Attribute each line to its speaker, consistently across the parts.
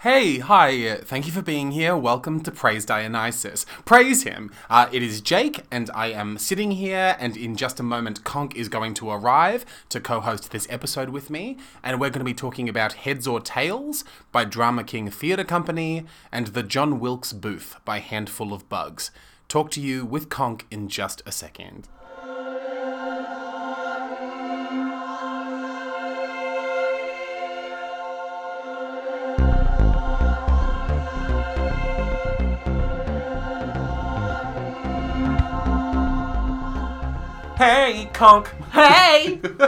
Speaker 1: Hey, hi, uh, thank you for being here. Welcome to Praise Dionysus. Praise him. Uh, it is Jake, and I am sitting here, and in just a moment, Conk is going to arrive to co host this episode with me, and we're going to be talking about Heads or Tails by Drama King Theatre Company and The John Wilkes Booth by Handful of Bugs. Talk to you with Conk in just a second. Hey, Conk!
Speaker 2: Hey!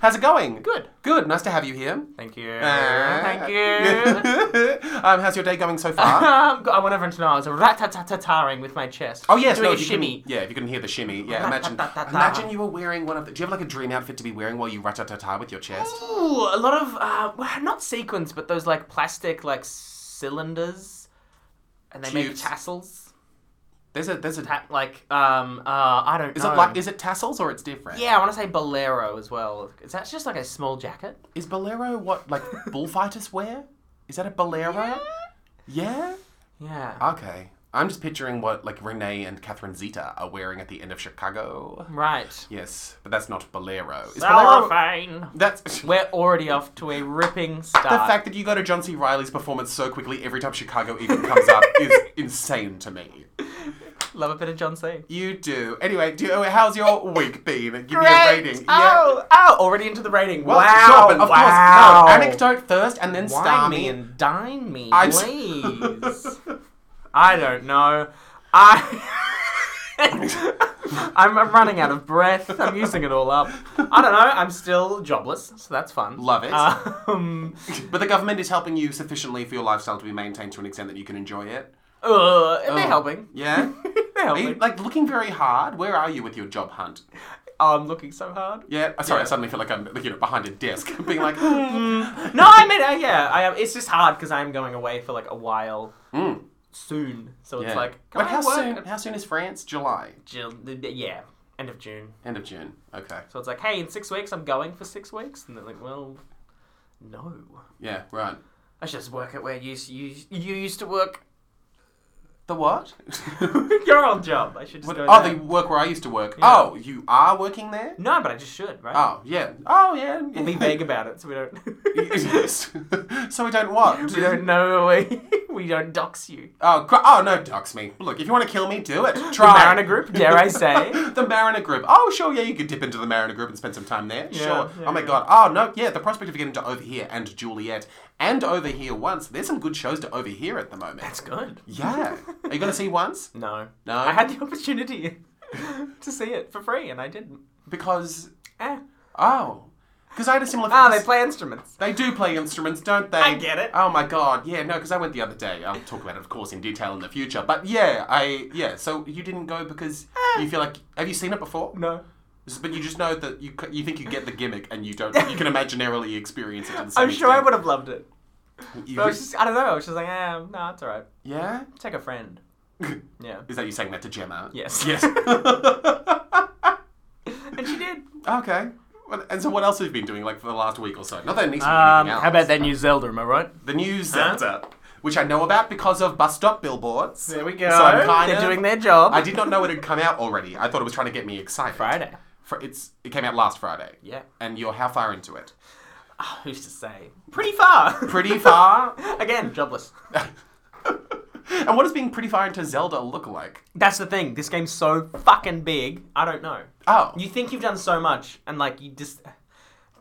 Speaker 1: How's it going?
Speaker 2: Good.
Speaker 1: Good. Nice to have you here.
Speaker 2: Thank you.
Speaker 1: Uh,
Speaker 2: Thank you.
Speaker 1: um, how's your day going so far?
Speaker 2: Um, go- I want everyone to know I was rat-tat-tat-taring with my chest.
Speaker 1: Oh yes,
Speaker 2: doing
Speaker 1: no,
Speaker 2: a
Speaker 1: if you
Speaker 2: shimmy.
Speaker 1: Can, yeah, if you can hear the shimmy, yeah. Imagine,
Speaker 2: Ratatatata.
Speaker 1: imagine you were wearing one of. The, do you have like a dream outfit to be wearing while you ratatata with your chest?
Speaker 2: Ooh, a lot of uh, well, not sequins, but those like plastic like cilinders, and they make
Speaker 1: Tubes.
Speaker 2: tassels.
Speaker 1: There's a there's a.
Speaker 2: Ta- like um, uh, I don't
Speaker 1: Is
Speaker 2: know.
Speaker 1: it like is it tassels or it's different?
Speaker 2: yeah, I want to say bolero as well. Is that just like a small jacket?
Speaker 1: Is bolero what like bullfighters wear? Is that a bolero? Yeah.
Speaker 2: Yeah.
Speaker 1: Okay. I'm just picturing what like Renee and Catherine Zeta are wearing at the end of Chicago.
Speaker 2: right.
Speaker 1: Yes, but that's not bolero. Is bolero?
Speaker 2: Cellophane.
Speaker 1: That's
Speaker 2: We're already off to a ripping start.
Speaker 1: The fact that you go to John C. Riley's performance so quickly every time Chicago even comes up is insane to me.
Speaker 2: Love a bit of John C.
Speaker 1: You do. Anyway, do you, how's your week been? Give me a
Speaker 2: Great.
Speaker 1: rating.
Speaker 2: Oh, oh, already into the rating.
Speaker 1: Well,
Speaker 2: wow.
Speaker 1: sure, but of
Speaker 2: wow.
Speaker 1: course, no. Anecdote first, and then star
Speaker 2: Wine me
Speaker 1: me.
Speaker 2: and dine me,
Speaker 1: I-
Speaker 2: please. I don't know. I. I'm, I'm running out of breath. I'm using it all up. I don't know. I'm still jobless, so that's fun.
Speaker 1: Love it.
Speaker 2: Um,
Speaker 1: But the government is helping you sufficiently for your lifestyle to be maintained to an extent that you can enjoy it.
Speaker 2: uh, they're helping.
Speaker 1: Yeah.
Speaker 2: They're
Speaker 1: Are
Speaker 2: helping.
Speaker 1: you like looking very hard? Where are you with your job hunt?
Speaker 2: Oh, I'm looking so hard.
Speaker 1: Yeah. oh, Sorry, I suddenly feel like I'm you know behind a desk, being like,
Speaker 2: Hmm.
Speaker 1: mm.
Speaker 2: No, I mean, uh, yeah, I am. It's just hard because I'm going away for like a while soon. So it's
Speaker 1: hmm. Yeah.
Speaker 2: like, can
Speaker 1: Wait,
Speaker 2: I
Speaker 1: how
Speaker 2: work
Speaker 1: soon? How soon is France? July,
Speaker 2: Jill, yeah, end of June.
Speaker 1: end of June. Okay.
Speaker 2: So it's like, hey, in six weeks, I'm going for six weeks, and they're like, well, no,
Speaker 1: Yeah. Right.
Speaker 2: I should just work at where you s- you you used to work.
Speaker 1: The what?
Speaker 2: Your old job. I should just
Speaker 1: What-
Speaker 2: go.
Speaker 1: oh,
Speaker 2: there.
Speaker 1: the work where I used to work.
Speaker 2: Yeah.
Speaker 1: Oh, you are working there?
Speaker 2: No, but I just should, right?
Speaker 1: Oh, yeah. Oh, yeah.
Speaker 2: Be vague about it, so we don't
Speaker 1: Yes. so we don't what?
Speaker 2: we don't know we, we don't dox you.
Speaker 1: Oh, cr- oh no, dox me. Look, if you want to kill me, do it.
Speaker 2: The
Speaker 1: Try.
Speaker 2: Mariner Group, dare I say?
Speaker 1: the Mariner Group. Oh, sure, yeah, you could dip into the Mariner Group and spend some time there.
Speaker 2: Yeah,
Speaker 1: sure.
Speaker 2: yeah,
Speaker 1: oh my
Speaker 2: yeah.
Speaker 1: god. Oh no, yeah, the prospect of getting to Overhear and Juliet and Overhear Once. There's some good shows to Overhear at the moment.
Speaker 2: That's good. Um,
Speaker 1: yeah. Are you going to see Once?
Speaker 2: No.
Speaker 1: No.
Speaker 2: I had the opportunity to see it for free, and I didn't.
Speaker 1: Because,
Speaker 2: Eh.
Speaker 1: oh. Because I had a similar...
Speaker 2: Ah, they play instruments.
Speaker 1: They do play instruments, don't they?
Speaker 2: I get it.
Speaker 1: Oh my god, yeah, no, because I went the other day. I'll talk about it, of course, in detail in the future. But yeah, I yeah. So you didn't go because you feel like have you seen it before?
Speaker 2: No.
Speaker 1: But you just know that you c- you think you get the gimmick and you don't. You can imaginarily experience it. To the same
Speaker 2: I'm sure I
Speaker 1: extent.
Speaker 2: would have loved it.
Speaker 1: You
Speaker 2: But I was
Speaker 1: re-
Speaker 2: just, I don't know. I was just like, ah, no, it's all right.
Speaker 1: yeah.
Speaker 2: Take a friend. Yeah.
Speaker 1: Is that you saying that to Gemma?
Speaker 2: Yes.
Speaker 1: Yes.
Speaker 2: And she did.
Speaker 1: okay. Well, And so, what else have you been doing, like for the last week or so? Not that it needs to be
Speaker 2: Um,
Speaker 1: anything else.
Speaker 2: how about that new Zelda? Am I right?
Speaker 1: the new Zelda, which I know about because of bus stop billboards.
Speaker 2: So I'm kind
Speaker 1: of-
Speaker 2: They're doing their job.
Speaker 1: I did not know it had come out already. I thought it was trying to get me excited.
Speaker 2: Friday.
Speaker 1: Fr- it's it came out last Friday.
Speaker 2: Yeah.
Speaker 1: And you're how far into it?
Speaker 2: Oh, who's to say? Pretty far.
Speaker 1: Pretty far.
Speaker 2: Again, jobless.
Speaker 1: and what does being pretty far into Zelda look like?
Speaker 2: That's the thing. This game's so fucking big. I don't know.
Speaker 1: Oh.
Speaker 2: You think you've done so much, and like you just.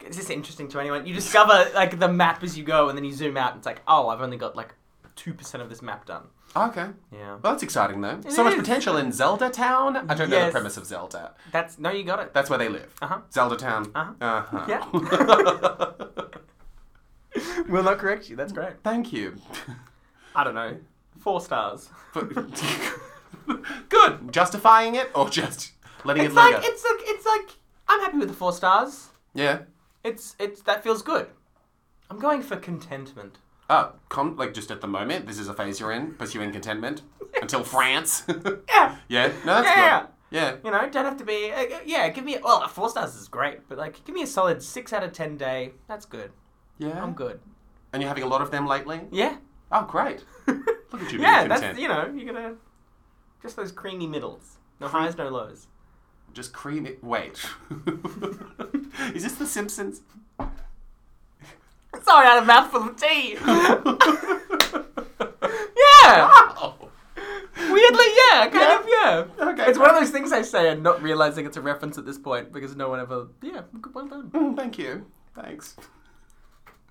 Speaker 2: Is this interesting to anyone? You discover like the map as you go, and then you zoom out, and it's like, oh, I've only got like two percent of this map done.
Speaker 1: okay.
Speaker 2: Yeah.
Speaker 1: Well, that's exciting though. so much
Speaker 2: is.
Speaker 1: potential in Zelda Town. I don't know the
Speaker 2: Yes.
Speaker 1: premise of Zelda.
Speaker 2: That's no, you got it.
Speaker 1: That's where they live.
Speaker 2: Uh-huh.
Speaker 1: Zelda Town.
Speaker 2: Uh-huh.
Speaker 1: Uh-huh.
Speaker 2: Will not correct you. That's great.
Speaker 1: Thank you.
Speaker 2: I don't know. Four stars.
Speaker 1: But- Good. Justifying it or just letting
Speaker 2: It's
Speaker 1: it linger?
Speaker 2: like it's like it's like I'm happy with the four stars.
Speaker 1: yeah.
Speaker 2: It's it's that feels good. I'm going for contentment.
Speaker 1: Oh, com- like just at the moment, this is a phase you're in, pursuing contentment until France.
Speaker 2: Yeah.
Speaker 1: Yeah, no, that's
Speaker 2: Yeah.
Speaker 1: good. Yeah.
Speaker 2: You know, don't have to be. Uh, yeah, give me. Well, four stars is great, but like, give me a solid six out of ten day. That's good.
Speaker 1: Yeah.
Speaker 2: I'm good.
Speaker 1: And you're having a lot of them lately?
Speaker 2: Yeah.
Speaker 1: Oh, great. Look at you being
Speaker 2: yeah,
Speaker 1: content.
Speaker 2: that's you know you're gonna just those creamy middles, no highs, no lows.
Speaker 1: Just cream it. Wait. Is this The Simpsons?
Speaker 2: Sorry, I had a mouthful of tea. yeah,
Speaker 1: Oh.
Speaker 2: weirdly, yeah, kind
Speaker 1: Yeah.
Speaker 2: of, yeah.
Speaker 1: Okay,
Speaker 2: it's one of those things I say and not realizing it's a reference at this point because no one ever. Yeah, good well done.
Speaker 1: Mm, Thank you. Thanks.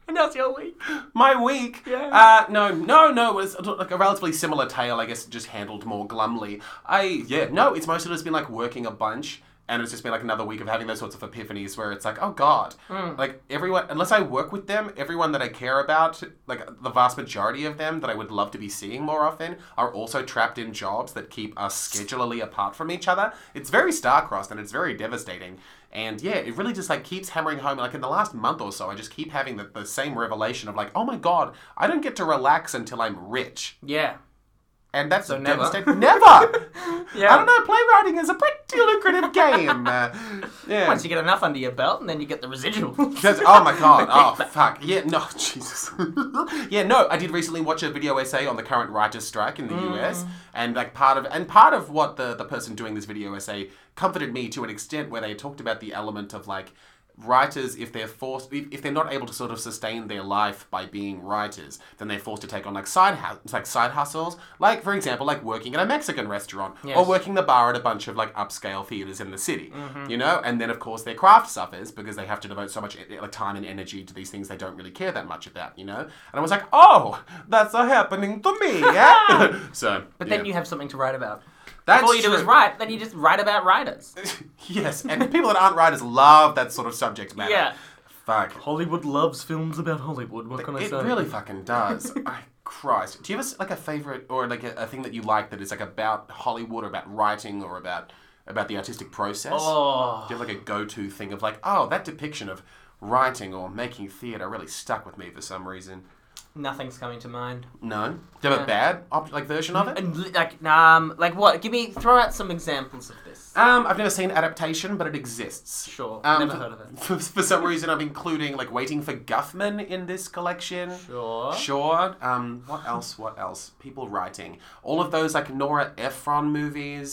Speaker 2: And that's your week.
Speaker 1: My week.
Speaker 2: Yeah.
Speaker 1: Uh, no, no, no. It was like a relatively similar tale, I guess, just handled more glumly. I yeah, no. It's mostly just been like working a bunch, and it's just been like another week of having those sorts of epiphanies where it's like, oh god, like everyone, unless I work with them, everyone that I care about, like the vast majority of them that I would love to be seeing more often, are also trapped in jobs that keep us schedularly apart from each other. It's very star-crossed and it's very devastating. And yeah, it really just like keeps hammering home. Like in the last month or so, I just keep having the, the same revelation of like, oh my god, I don't get to relax until I'm rich.
Speaker 2: Yeah.
Speaker 1: And that's
Speaker 2: So never.
Speaker 1: devastating. Never.
Speaker 2: Yeah.
Speaker 1: I don't know. Playwriting is a pretty lucrative game. Uh, yeah.
Speaker 2: Once you get enough under your belt, and then you get the residual.
Speaker 1: That's- oh my god. Oh fuck. Yeah, no, Jesus. yeah, no, I did recently watch a video essay on the current writer's strike in the US and like part of and part of what the the person doing this video essay comforted me to an extent where they talked about the element of like writers if they're forced if, if they're not able to sort of sustain their life by being writers then they're forced to take on like side hus- like side hustles like for example like working at a mexican restaurant or
Speaker 2: Yes.
Speaker 1: working the bar at a bunch of like upscale theaters in the city
Speaker 2: Mm-hmm.
Speaker 1: you know and then of course their craft suffers because they have to devote so much eh, like time and energy to these things they don't really care that much about you know and i was like oh that's a happening to me yeah so
Speaker 2: But then you have something to write about.
Speaker 1: that's
Speaker 2: If all you do is
Speaker 1: true.
Speaker 2: write, then you just write about writers.
Speaker 1: yes and people that aren't writers love that sort of subject matter
Speaker 2: Yeah.
Speaker 1: fuck
Speaker 2: Hollywood loves films about Hollywood. What can
Speaker 1: It really fucking does. I, Christ. Do you have a s like a favorite or like a, a thing that you like that is like about Hollywood or about writing or about about the artistic process?
Speaker 2: Oh.
Speaker 1: Do you have like a go-to thing of like, oh, that depiction of writing or making theater really stuck with me for some reason?
Speaker 2: Nothing's coming to mind.
Speaker 1: No. Do you have a
Speaker 2: Yeah.
Speaker 1: bad op- like version of it?
Speaker 2: And li- like, um, like what? Give me, throw out some examples of this.
Speaker 1: Um, I've never seen adaptation, but it exists.
Speaker 2: Sure,
Speaker 1: Um,
Speaker 2: never heard of it.
Speaker 1: For, for some reason, I'm including like Waiting for Guffman in this collection.
Speaker 2: Sure.
Speaker 1: Sure. Um, what else? What else? People writing. All of those like Nora Ephron movies.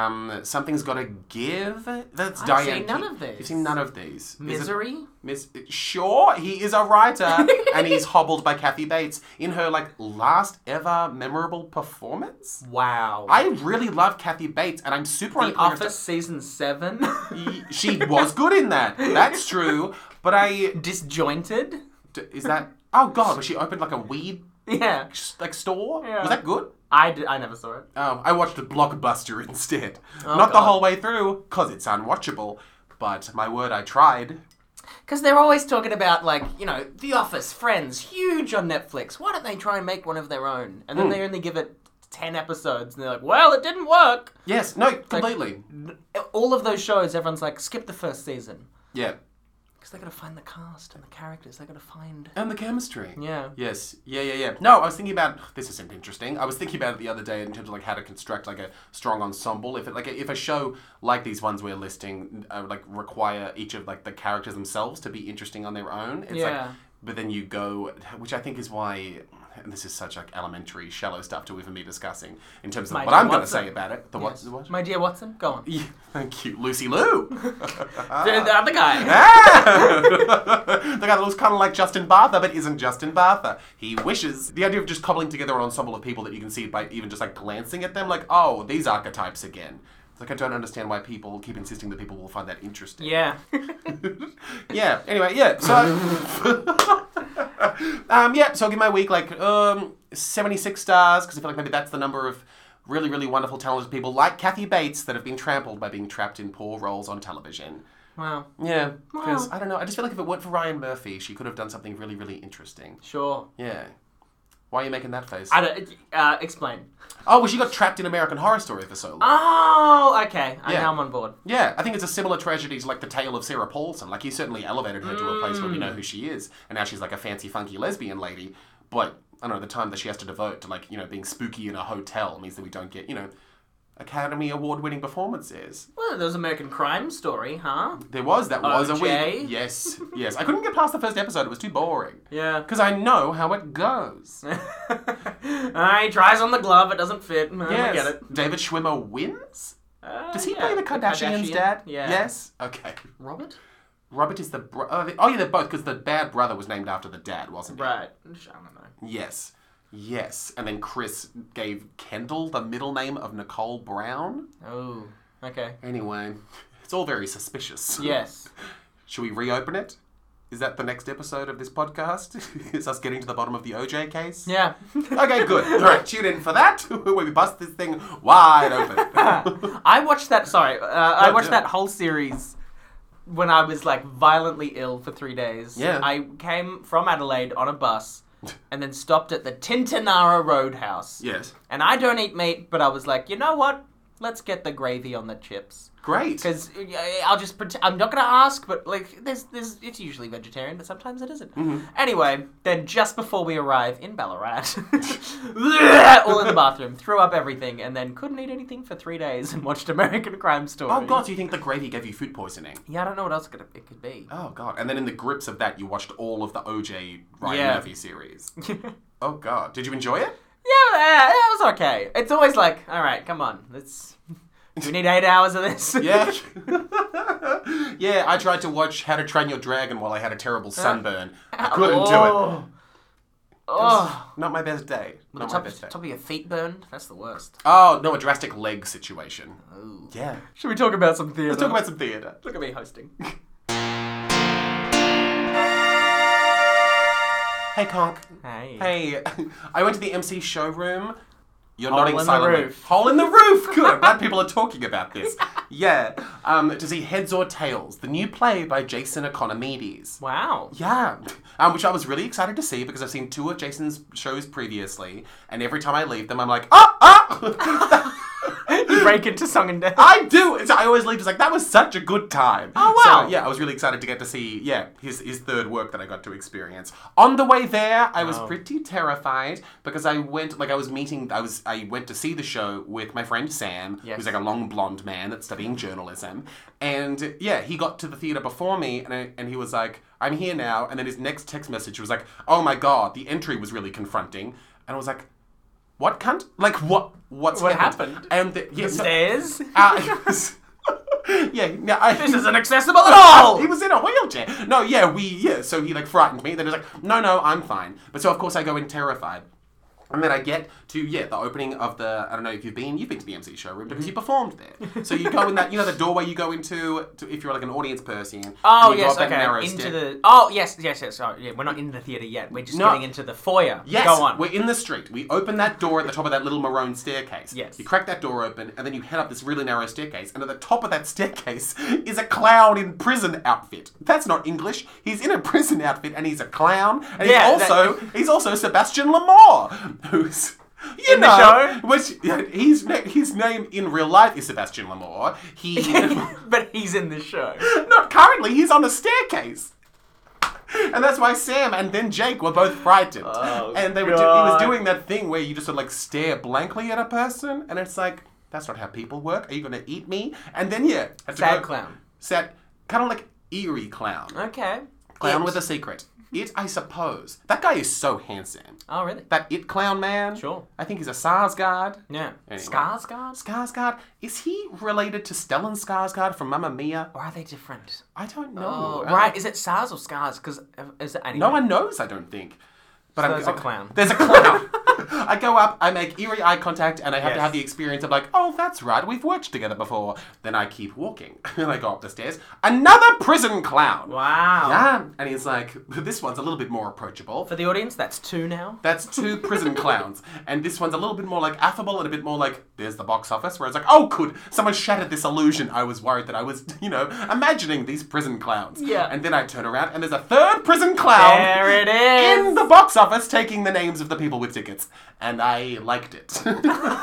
Speaker 1: Um, something's got to give. That's
Speaker 2: I've
Speaker 1: Diane.
Speaker 2: seen none
Speaker 1: Keaton.
Speaker 2: of these.
Speaker 1: You've seen none of these. Is it-
Speaker 2: Misery.
Speaker 1: Miss, sure, he is a writer, and he's hobbled by Kathy Bates in her like last ever memorable performance.
Speaker 2: Wow.
Speaker 1: I really love Kathy Bates, and I'm super
Speaker 2: the
Speaker 1: unclear if
Speaker 2: Office season seven.
Speaker 1: that- she was good in that. That's true, but I
Speaker 2: Disjointed.
Speaker 1: d- is that. Oh God, was she opened like a weed
Speaker 2: Yeah.
Speaker 1: like store?
Speaker 2: Yeah.
Speaker 1: Was that good?
Speaker 2: I, d- I never saw it.
Speaker 1: Um, I watched a blockbuster instead. Not the
Speaker 2: Oh, God.
Speaker 1: whole way through, because it's unwatchable. But my word, I tried.
Speaker 2: Because they're always talking about, like, you know, The Office, Friends, huge on Netflix. Why don't they try and make one of their own? And then
Speaker 1: Hmm.
Speaker 2: they only give it 10 episodes, and they're like, well, it didn't work.
Speaker 1: Yes, no, completely.
Speaker 2: All of those shows, everyone's like, skip the first season.
Speaker 1: yeah.
Speaker 2: Because they got to find the cast and the characters. they got to find.
Speaker 1: And the chemistry.
Speaker 2: Yeah.
Speaker 1: Yes. Yeah, yeah, yeah. No, I was thinking about this isn't interesting. I was thinking about it the other day in terms of like how to construct like a strong ensemble. If it like if a show like these ones we're listing uh, like require each of like the characters themselves to be interesting on their own. It's like
Speaker 2: Yeah.
Speaker 1: but then you go which I think is why and this is such like elementary shallow stuff to even be discussing in terms of
Speaker 2: My
Speaker 1: what
Speaker 2: dear
Speaker 1: I'm going to
Speaker 2: Watson.
Speaker 1: say about it. The what,
Speaker 2: Yes.
Speaker 1: the what?
Speaker 2: My dear Watson, go on.
Speaker 1: Yeah, thank you, Lucy Lou.
Speaker 2: The, the other guy.
Speaker 1: Ah! the guy that looks kind of like Justin Bartha, but isn't Justin Bartha. He wishes. The idea of just cobbling together an ensemble of people that you can see by even just like glancing at them, like, oh, these archetypes again. It's like, I don't understand why people keep insisting that people will find that interesting.
Speaker 2: yeah.
Speaker 1: Yeah, anyway, yeah, so. um, yeah, so I'll give my week like um, 76 stars, because I feel like maybe that's the number of really, really wonderful, talented people like Kathy Bates that have been trampled by being trapped in poor roles on television.
Speaker 2: wow.
Speaker 1: Yeah, because
Speaker 2: Wow.
Speaker 1: I don't know. I just feel like if it weren't for Ryan Murphy, she could have done something really, really interesting.
Speaker 2: Sure.
Speaker 1: Yeah. Why are you making that face?
Speaker 2: I don't. Uh, explain.
Speaker 1: Oh, well, she got trapped in American Horror Story for so long.
Speaker 2: Oh, okay. I
Speaker 1: Yeah.
Speaker 2: Now I'm on board.
Speaker 1: yeah, I think it's a similar tragedy to like the tale of Sarah Paulson. Like he certainly elevated her to a place where we know who she is, and now she's like a fancy, funky lesbian lady. But I don't know the time that she has to devote to like you know being spooky in a hotel means that we don't get you know Academy Award winning performance is.
Speaker 2: Well, there was American Crime Story, huh?
Speaker 1: There was, that was a
Speaker 2: OJ?
Speaker 1: week. Yes, yes. I couldn't get past the first episode, it was too boring.
Speaker 2: Yeah.
Speaker 1: Because I know how it goes.
Speaker 2: Alright, tries on the glove, it doesn't fit. Mm, I get it.
Speaker 1: David Schwimmer wins?
Speaker 2: Uh,
Speaker 1: Does he
Speaker 2: yeah,
Speaker 1: play the Kardashians'
Speaker 2: Kardashian,
Speaker 1: dad?
Speaker 2: Yeah.
Speaker 1: Yes? Okay.
Speaker 2: Robert?
Speaker 1: Robert is the. Bro- oh, they- oh, yeah, they're both, because the bad brother was named after the dad, wasn't he?
Speaker 2: Right. I don't know.
Speaker 1: Yes. Yes. And then Chris gave Kendall the middle name of Nicole Brown.
Speaker 2: Oh. Okay.
Speaker 1: Anyway, it's all very suspicious.
Speaker 2: Yes.
Speaker 1: Should we reopen it? Is that the next episode of this podcast? Is us getting to the bottom of the OJ case?
Speaker 2: Yeah.
Speaker 1: Okay, good. All right, tune in for that. where we bust this thing wide open.
Speaker 2: I watched that. Sorry, uh, I
Speaker 1: No,
Speaker 2: watched
Speaker 1: yeah.
Speaker 2: that whole series when I was like violently ill for three days.
Speaker 1: Yeah.
Speaker 2: I came from Adelaide on a bus, and then stopped at the Tintinara Roadhouse.
Speaker 1: yes.
Speaker 2: And I don't eat meat, but I was like, you know what? Let's get the gravy on the chips.
Speaker 1: Great.
Speaker 2: Because uh, I'll just pretend I'm not gonna ask, but like there's there's it's usually vegetarian, but sometimes it isn't.
Speaker 1: Mm-hmm.
Speaker 2: Anyway, then just before we arrive in Ballarat, all in the bathroom, threw up everything, and then couldn't eat anything for three days and watched American Crime Story.
Speaker 1: Oh, God, do you think the gravy gave you food poisoning?
Speaker 2: Yeah, I don't know what else it could- it could be.
Speaker 1: Oh, God. And then in the grips of that, you watched all of the OJ Ryan
Speaker 2: Yeah.
Speaker 1: Murphy series.
Speaker 2: yeah, uh,
Speaker 1: Oh, God. Did you enjoy it?
Speaker 2: yeah, it was okay. It's always like, all right, come on, let's. Do we need eight hours of this?
Speaker 1: Yeah. yeah, I tried to watch How to Train Your Dragon while I had a terrible sunburn. I couldn't do it.
Speaker 2: oh. Oh.
Speaker 1: Not my best day.
Speaker 2: The
Speaker 1: Not my
Speaker 2: top,
Speaker 1: best day.
Speaker 2: top of your feet burned? That's the worst.
Speaker 1: Oh, no, a drastic leg situation.
Speaker 2: Ooh.
Speaker 1: Yeah.
Speaker 2: Should we talk about some theatre?
Speaker 1: Let's talk about some theatre.
Speaker 2: Look at me hosting.
Speaker 1: Hey, Conk.
Speaker 2: Hey.
Speaker 1: Hey, I went to the MC showroom. You're
Speaker 2: Hole
Speaker 1: nodding
Speaker 2: in the
Speaker 1: silently.
Speaker 2: roof.
Speaker 1: Hole in the roof. Good. I'm Glad people are talking about this. Yeah. Um, to see Heads or Tails, the new play by Jason Economides.
Speaker 2: Wow.
Speaker 1: Yeah, um, which I was really excited to see because I've seen two of Jason's shows previously, and every time I leave them, I'm like, ah, ah!
Speaker 2: you break into song and dance.
Speaker 1: I do. It's, I always leave just like that was such a good time.
Speaker 2: Oh, wow.
Speaker 1: So, yeah, I was really excited to get to see yeah his his third work that I got to experience. On the way there, I was
Speaker 2: Oh.
Speaker 1: pretty terrified because I went like I was meeting I was I went to see the show with my friend Sam,
Speaker 2: Yes.
Speaker 1: who's like a long blonde man that's studying journalism, and yeah, he got to the theater before me, and I, and he was like. I'm here now, and then his next text message was like, "Oh my god, the entry was really confronting," and I was like, "What cunt? Like what? What's
Speaker 2: What happened?
Speaker 1: And the, yeah, so-
Speaker 2: Stairs.
Speaker 1: uh, yeah, no, I,
Speaker 2: Ah. this isn't accessible at all.
Speaker 1: he was in a wheelchair. No, yeah, we, yeah. So he like frightened me. Then he's like, no, no, I'm fine. But so of course I go in terrified. And then I get to yeah the opening of the I don't know if you've been you've been to the MC showroom
Speaker 2: Mm-hmm.
Speaker 1: because you performed there so you go in that you know the doorway you go into to, if you're like an audience person
Speaker 2: Oh
Speaker 1: and you go
Speaker 2: yes,
Speaker 1: up that narrow
Speaker 2: okay. Into
Speaker 1: stair-
Speaker 2: the oh yes, yes, yes. Sorry, yeah, we're not in the theater yet. We're just
Speaker 1: No.
Speaker 2: getting into the foyer.
Speaker 1: Yes,
Speaker 2: Go on.
Speaker 1: we're in the street. We open that door at the top of that little maroon staircase.
Speaker 2: Yes.
Speaker 1: You crack that door open, and then you head up this really narrow staircase. And at the top of that staircase is a clown in prison outfit. That's not English. He's in a prison outfit, and he's a clown. And
Speaker 2: Yeah,
Speaker 1: he's
Speaker 2: that-
Speaker 1: also he's also Sebastian Lamore, who's you
Speaker 2: In the
Speaker 1: know,
Speaker 2: show?
Speaker 1: which yeah, his na- his name in real life is Sebastian Lamore. He
Speaker 2: but he's in the show.
Speaker 1: not currently. He's on a staircase. And that's why Sam and then Jake were both frightened.
Speaker 2: Oh,
Speaker 1: and they were do- he was
Speaker 2: God.
Speaker 1: doing that thing where you just sort of like stare blankly at a person, and it's like, that's not how people work. Are you going to eat me? And then, yeah. had to
Speaker 2: Sad
Speaker 1: go-
Speaker 2: clown. Oh,
Speaker 1: Sad, kind of like eerie clown.
Speaker 2: Okay.
Speaker 1: Clown
Speaker 2: It-
Speaker 1: with a secret. It, I suppose. That guy is so handsome.
Speaker 2: Oh really?
Speaker 1: That it clown man.
Speaker 2: Sure.
Speaker 1: I think he's a Sarsgaard.
Speaker 2: Yeah.
Speaker 1: Anyway.
Speaker 2: Skarsgård.
Speaker 1: Skarsgård? Is he related to Stellan Skarsgård from Mamma Mia?
Speaker 2: Or are they different?
Speaker 1: I don't know.
Speaker 2: Oh,
Speaker 1: I-
Speaker 2: right. Is it SARS or SCARS? Because is it anyway?
Speaker 1: No one knows, I don't think. But I'm,
Speaker 2: there's a clown.
Speaker 1: There's a clown. I go up, I make eerie eye contact, and I have to
Speaker 2: Yes.
Speaker 1: have the experience of like, oh, that's right, we've worked together before. Then I keep walking, and I go up the stairs. Another prison clown.
Speaker 2: Wow.
Speaker 1: Yeah, and he's like, this one's a little bit more approachable.
Speaker 2: For the audience, that's two now.
Speaker 1: That's two prison clowns, and this one's a little bit more like affable and a bit more like there's the box office, where it's like, oh, could someone shattered this illusion? I was worried that I was, you know, imagining these prison clowns.
Speaker 2: Yeah.
Speaker 1: And then I turn around, and there's a third prison clown
Speaker 2: There it is.
Speaker 1: in the box office taking the names of the people with tickets, and I liked it.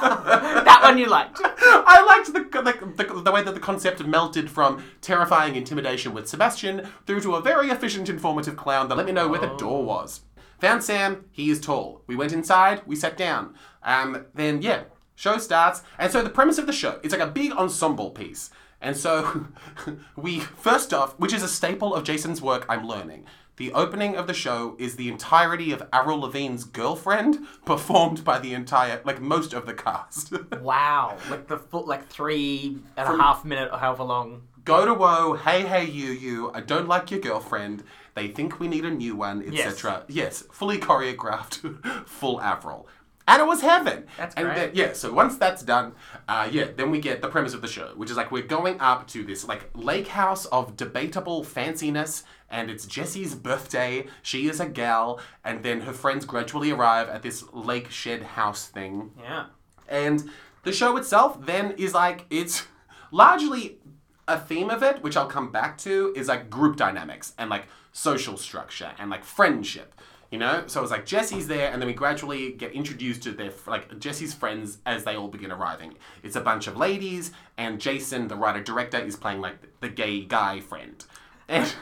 Speaker 2: that one you liked.
Speaker 1: I liked the, the, the, the way that the concept melted from terrifying intimidation with Sebastian through to a very efficient, informative clown that let me know where the door was. Found Sam, he is tall. We went inside, we sat down. Um, then, yeah, Show starts, and so the premise of the show it's like a big ensemble piece. And so we first off, which is a staple of Jason's work, I'm learning. The opening of the show is the entirety of Avril Lavigne's girlfriend, performed by the entire, like most of the cast.
Speaker 2: Wow, like the full, like three and a half minute or however long.
Speaker 1: Go to woe, hey hey you you, I don't like your girlfriend. They think we need a new one, etc. Yes. fully choreographed, full Avril, and it was heaven.
Speaker 2: That's
Speaker 1: and
Speaker 2: great.
Speaker 1: then- yeah, so once that's done, uh, yeah, then we get the premise of the show, which is like we're going up to this like lake house of debatable fanciness, and it's Jessie's birthday. She is a gal, and then her friends gradually arrive at this lake shed house thing.
Speaker 2: Yeah.
Speaker 1: And the show itself then is like it's largely a theme of it, which I'll come back to, is like group dynamics and like social structure and like friendship. You know, so it's like Jesse's there, and then we gradually get introduced to their like Jesse's friends as they all begin arriving. It's a bunch of ladies, and Jason, the writer director, is playing like the gay guy friend. And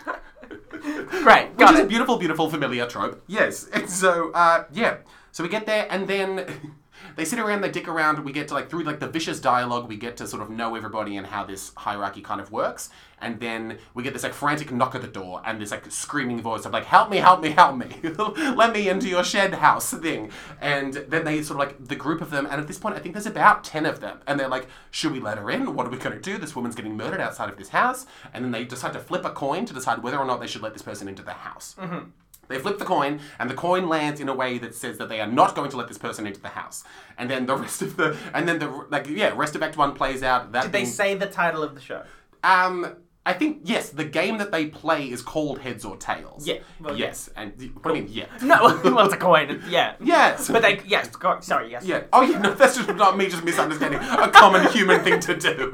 Speaker 2: Great, got
Speaker 1: which is
Speaker 2: it.
Speaker 1: a beautiful, beautiful familiar trope. Yes. And so, uh, yeah. So we get there, and then they sit around, they dick around. We get to like through like the vicious dialogue, we get to sort of know everybody and how this hierarchy kind of works. And then we get this like frantic knock at the door, and this like screaming voice of like, "Help me! Help me! Help me! Let me into your shed house thing." And then they sort of like the group of them, and at this point, I think there's about ten of them, and they're like, "Should we let her in? What are we gonna do? This woman's getting murdered outside of this house." And then they decide to flip a coin to decide whether or not they should let this person into the house.
Speaker 2: Mm-hmm.
Speaker 1: They flip the coin, and the coin lands in a way that says that they are not going to let this person into the house. And then the rest of the, and then the like, yeah, rest of Act One plays out. That
Speaker 2: They
Speaker 1: being-
Speaker 2: say the title of the show.
Speaker 1: um, I think yes, the game that they play is called Heads or Tails.
Speaker 2: Yeah, well, yeah.
Speaker 1: yes, and what do you mean? Yeah.
Speaker 2: No, well, it's a coin. Yeah.
Speaker 1: Yes.
Speaker 2: But they, yes, go, sorry, yes.
Speaker 1: Yeah. Oh, yeah. No, that's just not me just misunderstanding. A common human thing to do.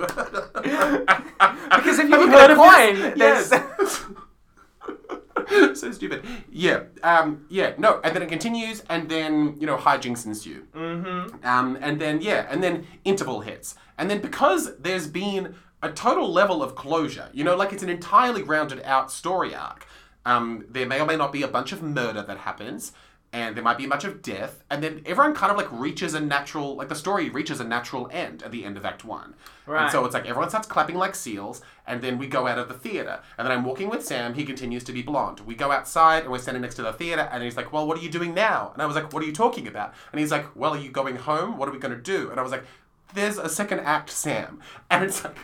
Speaker 1: because
Speaker 2: if you look at a coin, there's-
Speaker 1: so stupid. Yeah. Um, yeah. No. And then it continues, and then you know hijinks ensue. Mm-hmm. Um, and then yeah, and then interval hits, and then because there's been a total level of closure, you know, like it's an entirely rounded out story arc. Um, there may or may not be a bunch of murder that happens. And there might be a bunch of death, and then everyone kind of like reaches a natural, like the story reaches a natural end at the end of Act One. And
Speaker 2: Right.
Speaker 1: so it's like everyone starts clapping like seals, and then we go out of the theater. And then I'm walking with Sam. He continues to be blonde. We go outside, and we're standing next to the theater. And he's like, "Well, what are you doing now?" And I was like, "What are you talking about?" And he's like, "Well, are you going home? What are we gonna do?" And I was like, "There's a second act, Sam." And it's like,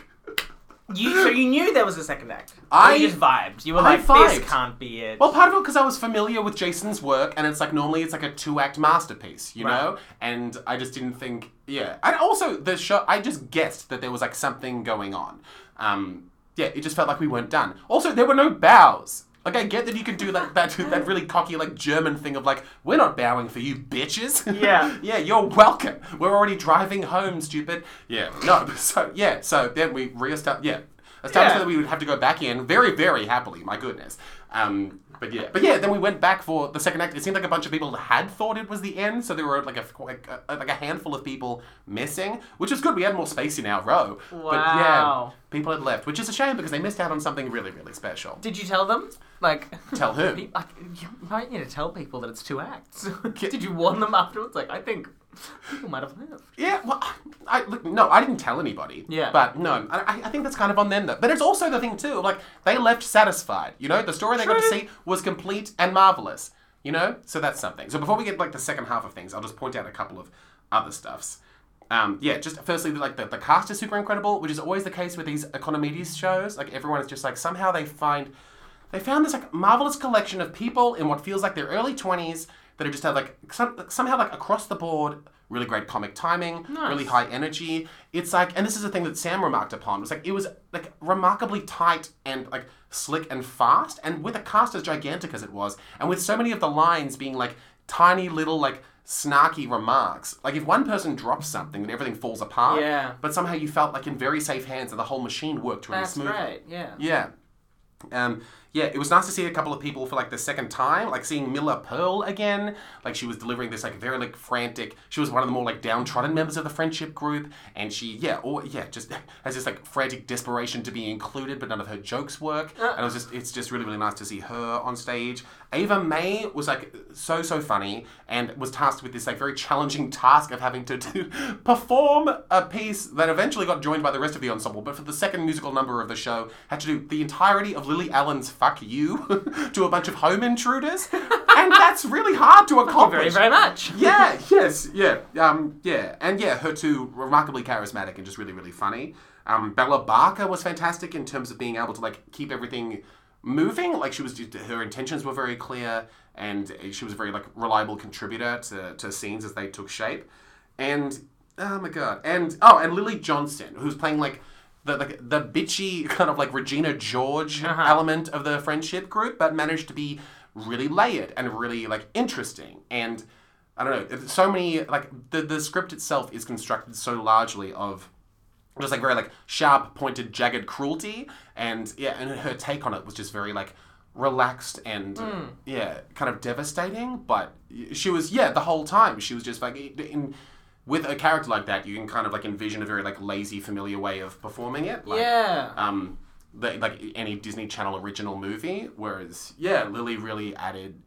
Speaker 2: You, so you knew there was a second act.
Speaker 1: I-
Speaker 2: you just vibed. You were
Speaker 1: I
Speaker 2: like,
Speaker 1: vibed.
Speaker 2: this can't be it.
Speaker 1: well, part of it because I was familiar with Jason's work, and it's like normally it's like a two act masterpiece, you know. And I just didn't think, yeah. And also the show, I just guessed that there was like something going on. Um, yeah, it just felt like we weren't done. Also, there were no bows. Like I get that you can do like that that really cocky like German thing of like we're not bowing for you bitches.
Speaker 2: Yeah.
Speaker 1: yeah, you're welcome. We're already driving home, stupid. Yeah, no. So yeah, so then we reestablished. Yeah, established
Speaker 2: Yeah.
Speaker 1: that we would have to go back in very very happily. My goodness. Um, but yeah, but yeah. Then we went back for the second act. It seemed like a bunch of people had thought it was the end, so there were like a like a, like a handful of people missing, which is good. We had more space in our row. But yeah,
Speaker 2: Wow.
Speaker 1: people had left, which is a shame because they missed out on something really really special.
Speaker 2: Did you tell them? Like,
Speaker 1: Tell who?
Speaker 2: you, I, you might need to tell people that it's two acts. Did you warn them afterwards? Like, I think people might have lived.
Speaker 1: Yeah, well, I look, no, I didn't tell anybody.
Speaker 2: Yeah.
Speaker 1: but no, I, I think that's kind of on them though. But it's also the thing too, like they left satisfied. You know, the story they got to
Speaker 2: True.
Speaker 1: see was complete and marvelous. You know, so that's something. So before we get like the second half of things, I'll just point out a couple of other stuffs. Um, yeah, just firstly, like the, the cast is super incredible, which is always the case with these economides shows. Like everyone is just like somehow they find they found this like marvelous collection of people in what feels like their early 20s that are just had like some, somehow like across the board really great comic timing really high energy it's like and this is the thing that sam remarked upon was like it was like remarkably tight and like slick and fast and with a cast as gigantic as it was and with so many of the lines being like tiny little like snarky remarks like if one person drops something then everything falls apart
Speaker 2: Yeah.
Speaker 1: but somehow you felt like in very safe hands and the whole machine worked really
Speaker 2: That's
Speaker 1: smoothly
Speaker 2: right, yeah.
Speaker 1: yeah. Um, yeah, it was nice to see a couple of people for like the second time, like seeing Miller Pearl again. Like she was delivering this like very like frantic. She was one of the more like downtrodden members of the friendship group, and she yeah or yeah just has this like frantic desperation to be included, but none of her jokes work. And it was just it's just really really nice to see her on stage. Ava May was like so so funny and was tasked with this like very challenging task of having to, do, perform a piece that eventually got joined by the rest of the ensemble. But for the second musical number of the show, had to do the entirety of Lily Allen's "Fuck You" to a bunch of home intruders, and that's really hard to accomplish.
Speaker 2: Very, very much.
Speaker 1: Yeah, yes, yeah, um, yeah, and yeah, her too, remarkably charismatic and just really, really funny. Um, Bella Barker was fantastic in terms of being able to like keep everything moving. Like she was, her intentions were very clear, and she was a very like reliable contributor to, to scenes as they took shape. And oh my god, and oh, and Lily Johnston, who's playing like the, the, the bitchy kind of like Regina George element of the friendship group, but managed to be really layered and really like interesting. And I don't know, so many like the the script itself is constructed so largely of just like very like sharp pointed jagged cruelty and yeah and her take on it was just very like relaxed and yeah kind of devastating but she was yeah the whole time she was just like in with a character like that you can kind of like envision a very like lazy familiar way of performing it like,
Speaker 2: Yeah.
Speaker 1: um, the, like any Disney Channel original movie. Whereas, yeah, Lily really added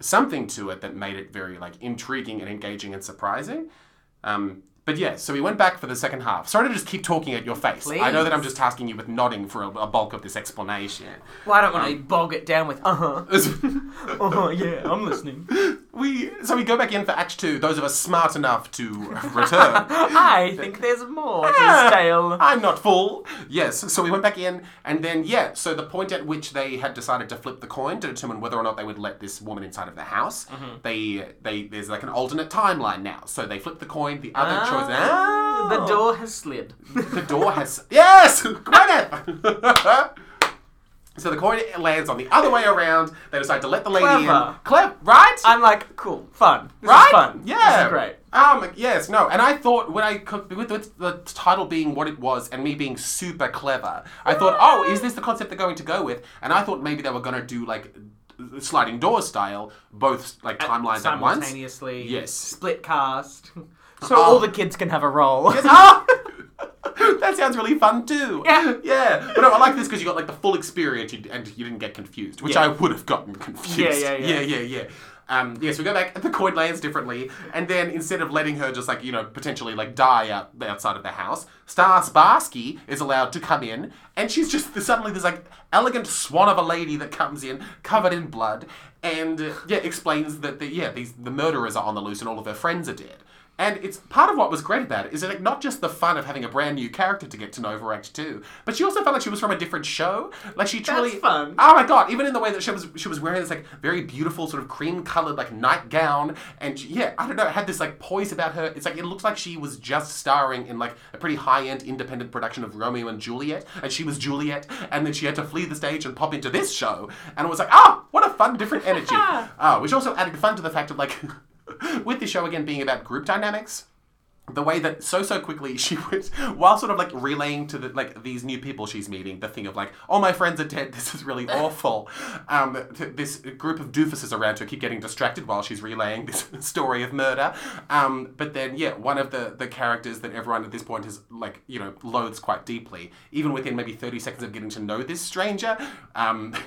Speaker 1: something to it that made it very like intriguing and engaging and surprising. Um, but yeah, so we went back for the second half. Sorry to just keep talking at your face. I know that I'm just tasking you with nodding for a, a bulk of this explanation.
Speaker 2: Well, I don't want to bog it down with uh huh. Uh huh. Yeah, I'm listening.
Speaker 1: we so we go back in for Act Two. Those of us smart enough to return.
Speaker 2: I think there's more to
Speaker 1: Ah,
Speaker 2: this tale.
Speaker 1: I'm not full. Yes, so we went back in, and then, yeah, so the point at which they had decided to flip the coin to determine whether or not they would let this woman inside of the house, they, they there's like an alternate timeline now. So they flipped the coin, the other chose. Ah,
Speaker 2: The door has slid.
Speaker 1: the door has. Yes! Gwyneth! so the coin lands on the other way around. They decide to let the lady in.
Speaker 2: Clever.
Speaker 1: Clever, right?
Speaker 2: I'm like, cool, fun. This
Speaker 1: right?
Speaker 2: is fun.
Speaker 1: Yeah.
Speaker 2: This is great.
Speaker 1: Um, yes, no, and I thought when I co- with, with the title being what it was and me being super clever, I thought,
Speaker 2: Ah.
Speaker 1: oh, is this the concept they're going to go with? And I thought maybe they were going to do like sliding door style, both like timelines at once.
Speaker 2: Simultaneously.
Speaker 1: Yes.
Speaker 2: Split cast. So
Speaker 1: Oh.
Speaker 2: all the kids can have a role.
Speaker 1: Ah! that sounds really fun too.
Speaker 2: Yeah.
Speaker 1: yeah. But no, I like this because you got like the full experience you, and you didn't get confused, which I would have gotten confused.
Speaker 2: yeah, yeah.
Speaker 1: yeah, yeah. yeah. Um, yes, we go back. The coin lands differently, and then instead of letting her just like you know potentially like die out outside of the house, Star Sparsky is allowed to come in, and she's just suddenly this like elegant swan of a lady that comes in covered in blood, and uh, yeah explains that the, yeah these the murderers are on the loose and all of her friends are dead. And it's part of what was great about it is that like, not just the fun of having a brand new character to get to know for Act Two, but she also felt like she was from a different show. Like she truly
Speaker 2: fun.
Speaker 1: Oh my god! Even in the way that she was she was wearing this like very beautiful sort of cream colored like nightgown, and she- yeah, I don't know, it had this like poise about her. It's like it looked like she was just starring in like a pretty high end independent production of Romeo and Juliet, and she was Juliet, and then she had to flee the stage and pop into this show, and it was like ah, what a fun different energy, Ah, which also added fun to the fact of like. With this show again being about group dynamics, the way that so so quickly she would while sort of like relaying to the like these new people she's meeting the thing of like oh my friends are dead this is really awful um th- this group of doofuses around her keep getting distracted while she's relaying this story of murder um but then yeah one of the the characters that everyone at this point is like you know loathes quite deeply even within maybe 30 seconds of getting to know this stranger um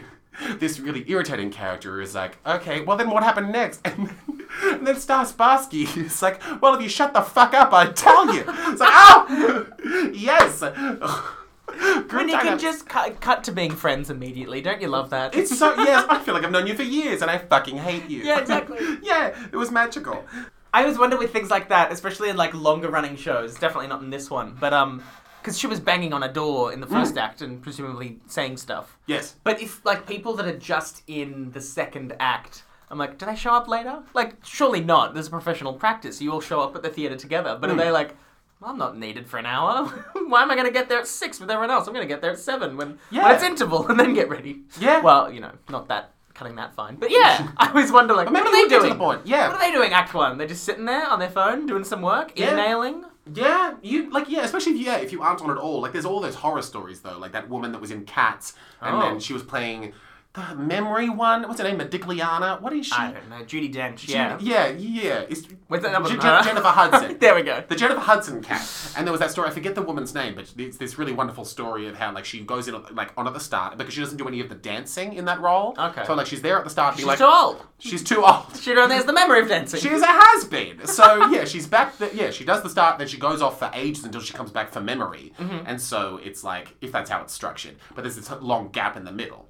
Speaker 1: this really irritating character is like, okay, well then what happened next? And then, and then Star Sparsky is like, well if you shut the fuck up, I tell you. It's like, oh, yes.
Speaker 2: When
Speaker 1: Group
Speaker 2: you can
Speaker 1: dynamic-
Speaker 2: just cut, cut to being friends immediately, don't you love that?
Speaker 1: It's so yes, I feel like I've known you for years and I fucking hate you.
Speaker 2: Yeah, exactly.
Speaker 1: yeah, it was magical.
Speaker 2: I always wonder with things like that, especially in like longer running shows. Definitely not in this one, but um, because she was banging on a door in the first act and presumably saying stuff.
Speaker 1: Yes.
Speaker 2: But if like people that are just in the second act, I'm like, did I show up later? Like, surely not. There's a professional practice. You all show up at the theater together.
Speaker 1: Hmm.
Speaker 2: But are they like? "Well, I'm not needed for an hour. Why am I going to get there at six with everyone else? I'm going to get there at seven when,
Speaker 1: Yeah.
Speaker 2: when it's interval and then get ready.
Speaker 1: Yeah.
Speaker 2: Well, you know, not that cutting that fine, but yeah, I always wonder like,
Speaker 1: Maybe
Speaker 2: what are
Speaker 1: we'll
Speaker 2: they
Speaker 1: get
Speaker 2: doing?
Speaker 1: To the point. Yeah.
Speaker 2: What are they doing, Act One? They're just sitting there on their phone doing some work,
Speaker 1: Yeah.
Speaker 2: emailing.
Speaker 1: Yeah, you like yeah, especially if, yeah, if you aren't on at all. Like there's all those horror stories though, like that woman that was in Cats, and
Speaker 2: Oh.
Speaker 1: then she was playing the memory one. What's her name? Medigliana. What is she?
Speaker 2: I don't know. Judy Dench.
Speaker 1: She-
Speaker 2: yeah.
Speaker 1: yeah, yeah. It's,
Speaker 2: Wait, that- that wasn't
Speaker 1: Jen-
Speaker 2: her.
Speaker 1: Jennifer Hudson.
Speaker 2: there we go.
Speaker 1: the Jennifer Hudson cat. And there was that story. I forget the woman's name, but it's this really wonderful story of how like she goes in like on at the start because she doesn't do any of the dancing in that role.
Speaker 2: Okay.
Speaker 1: So like she's there at the start,
Speaker 2: She's
Speaker 1: being like,
Speaker 2: too old.
Speaker 1: she's too old.
Speaker 2: She don't. There's the memory of dancing.
Speaker 1: She is a has been. So yeah, she's back. The, yeah, she does the start, then she goes off for ages until she comes back for memory.
Speaker 2: Mm-hmm.
Speaker 1: And so it's like if that's how it's structured, but there's this long gap in the middle.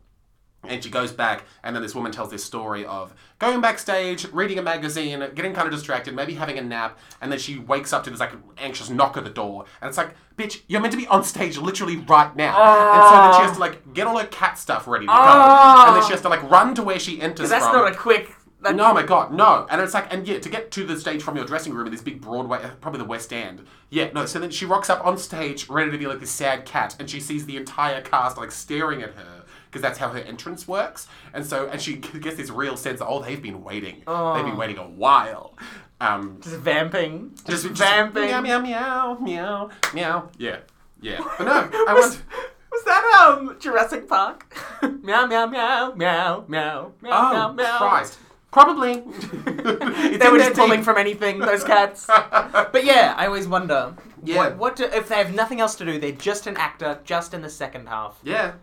Speaker 1: And she goes back, and then this woman tells this story of going backstage, reading a magazine, getting kind of distracted, maybe having a nap, and then she wakes up to this like anxious knock at the door, and it's like, "Bitch, you're meant to be on stage literally right now." And so then she has to like get all her cat stuff ready to go, and then she has to like run to where she enters.
Speaker 2: Ah. That's
Speaker 1: from.
Speaker 2: not a quick. That,
Speaker 1: No, oh my God, no. And it's like, and yeah, to get to the stage from your dressing room in this big Broadway, uh, probably the West End. Yeah, no. So then she rocks up on stage, ready to be like this sad cat, and she sees the entire cast like staring at her because that's how her entrance works. And so, and she gets this real sense that oh, they've been waiting. They've
Speaker 2: Oh.
Speaker 1: been waiting a while. Um,
Speaker 2: Just vamping. Just,
Speaker 1: just- just
Speaker 2: vamping.
Speaker 1: Meow, meow, meow, meow, meow. Yeah, yeah. But no, I
Speaker 2: was,
Speaker 1: want.
Speaker 2: was that um Jurassic Park? meow meow meow meow meow meow
Speaker 1: Oh,
Speaker 2: meow meow.
Speaker 1: Christ. Probably.
Speaker 2: They
Speaker 1: they
Speaker 2: were just pulling from anything, those cats. but yeah, I always wonder.
Speaker 1: Yeah.
Speaker 2: What, what do, if they have nothing else to do? They're just an actor, just in the second half.
Speaker 1: Yeah.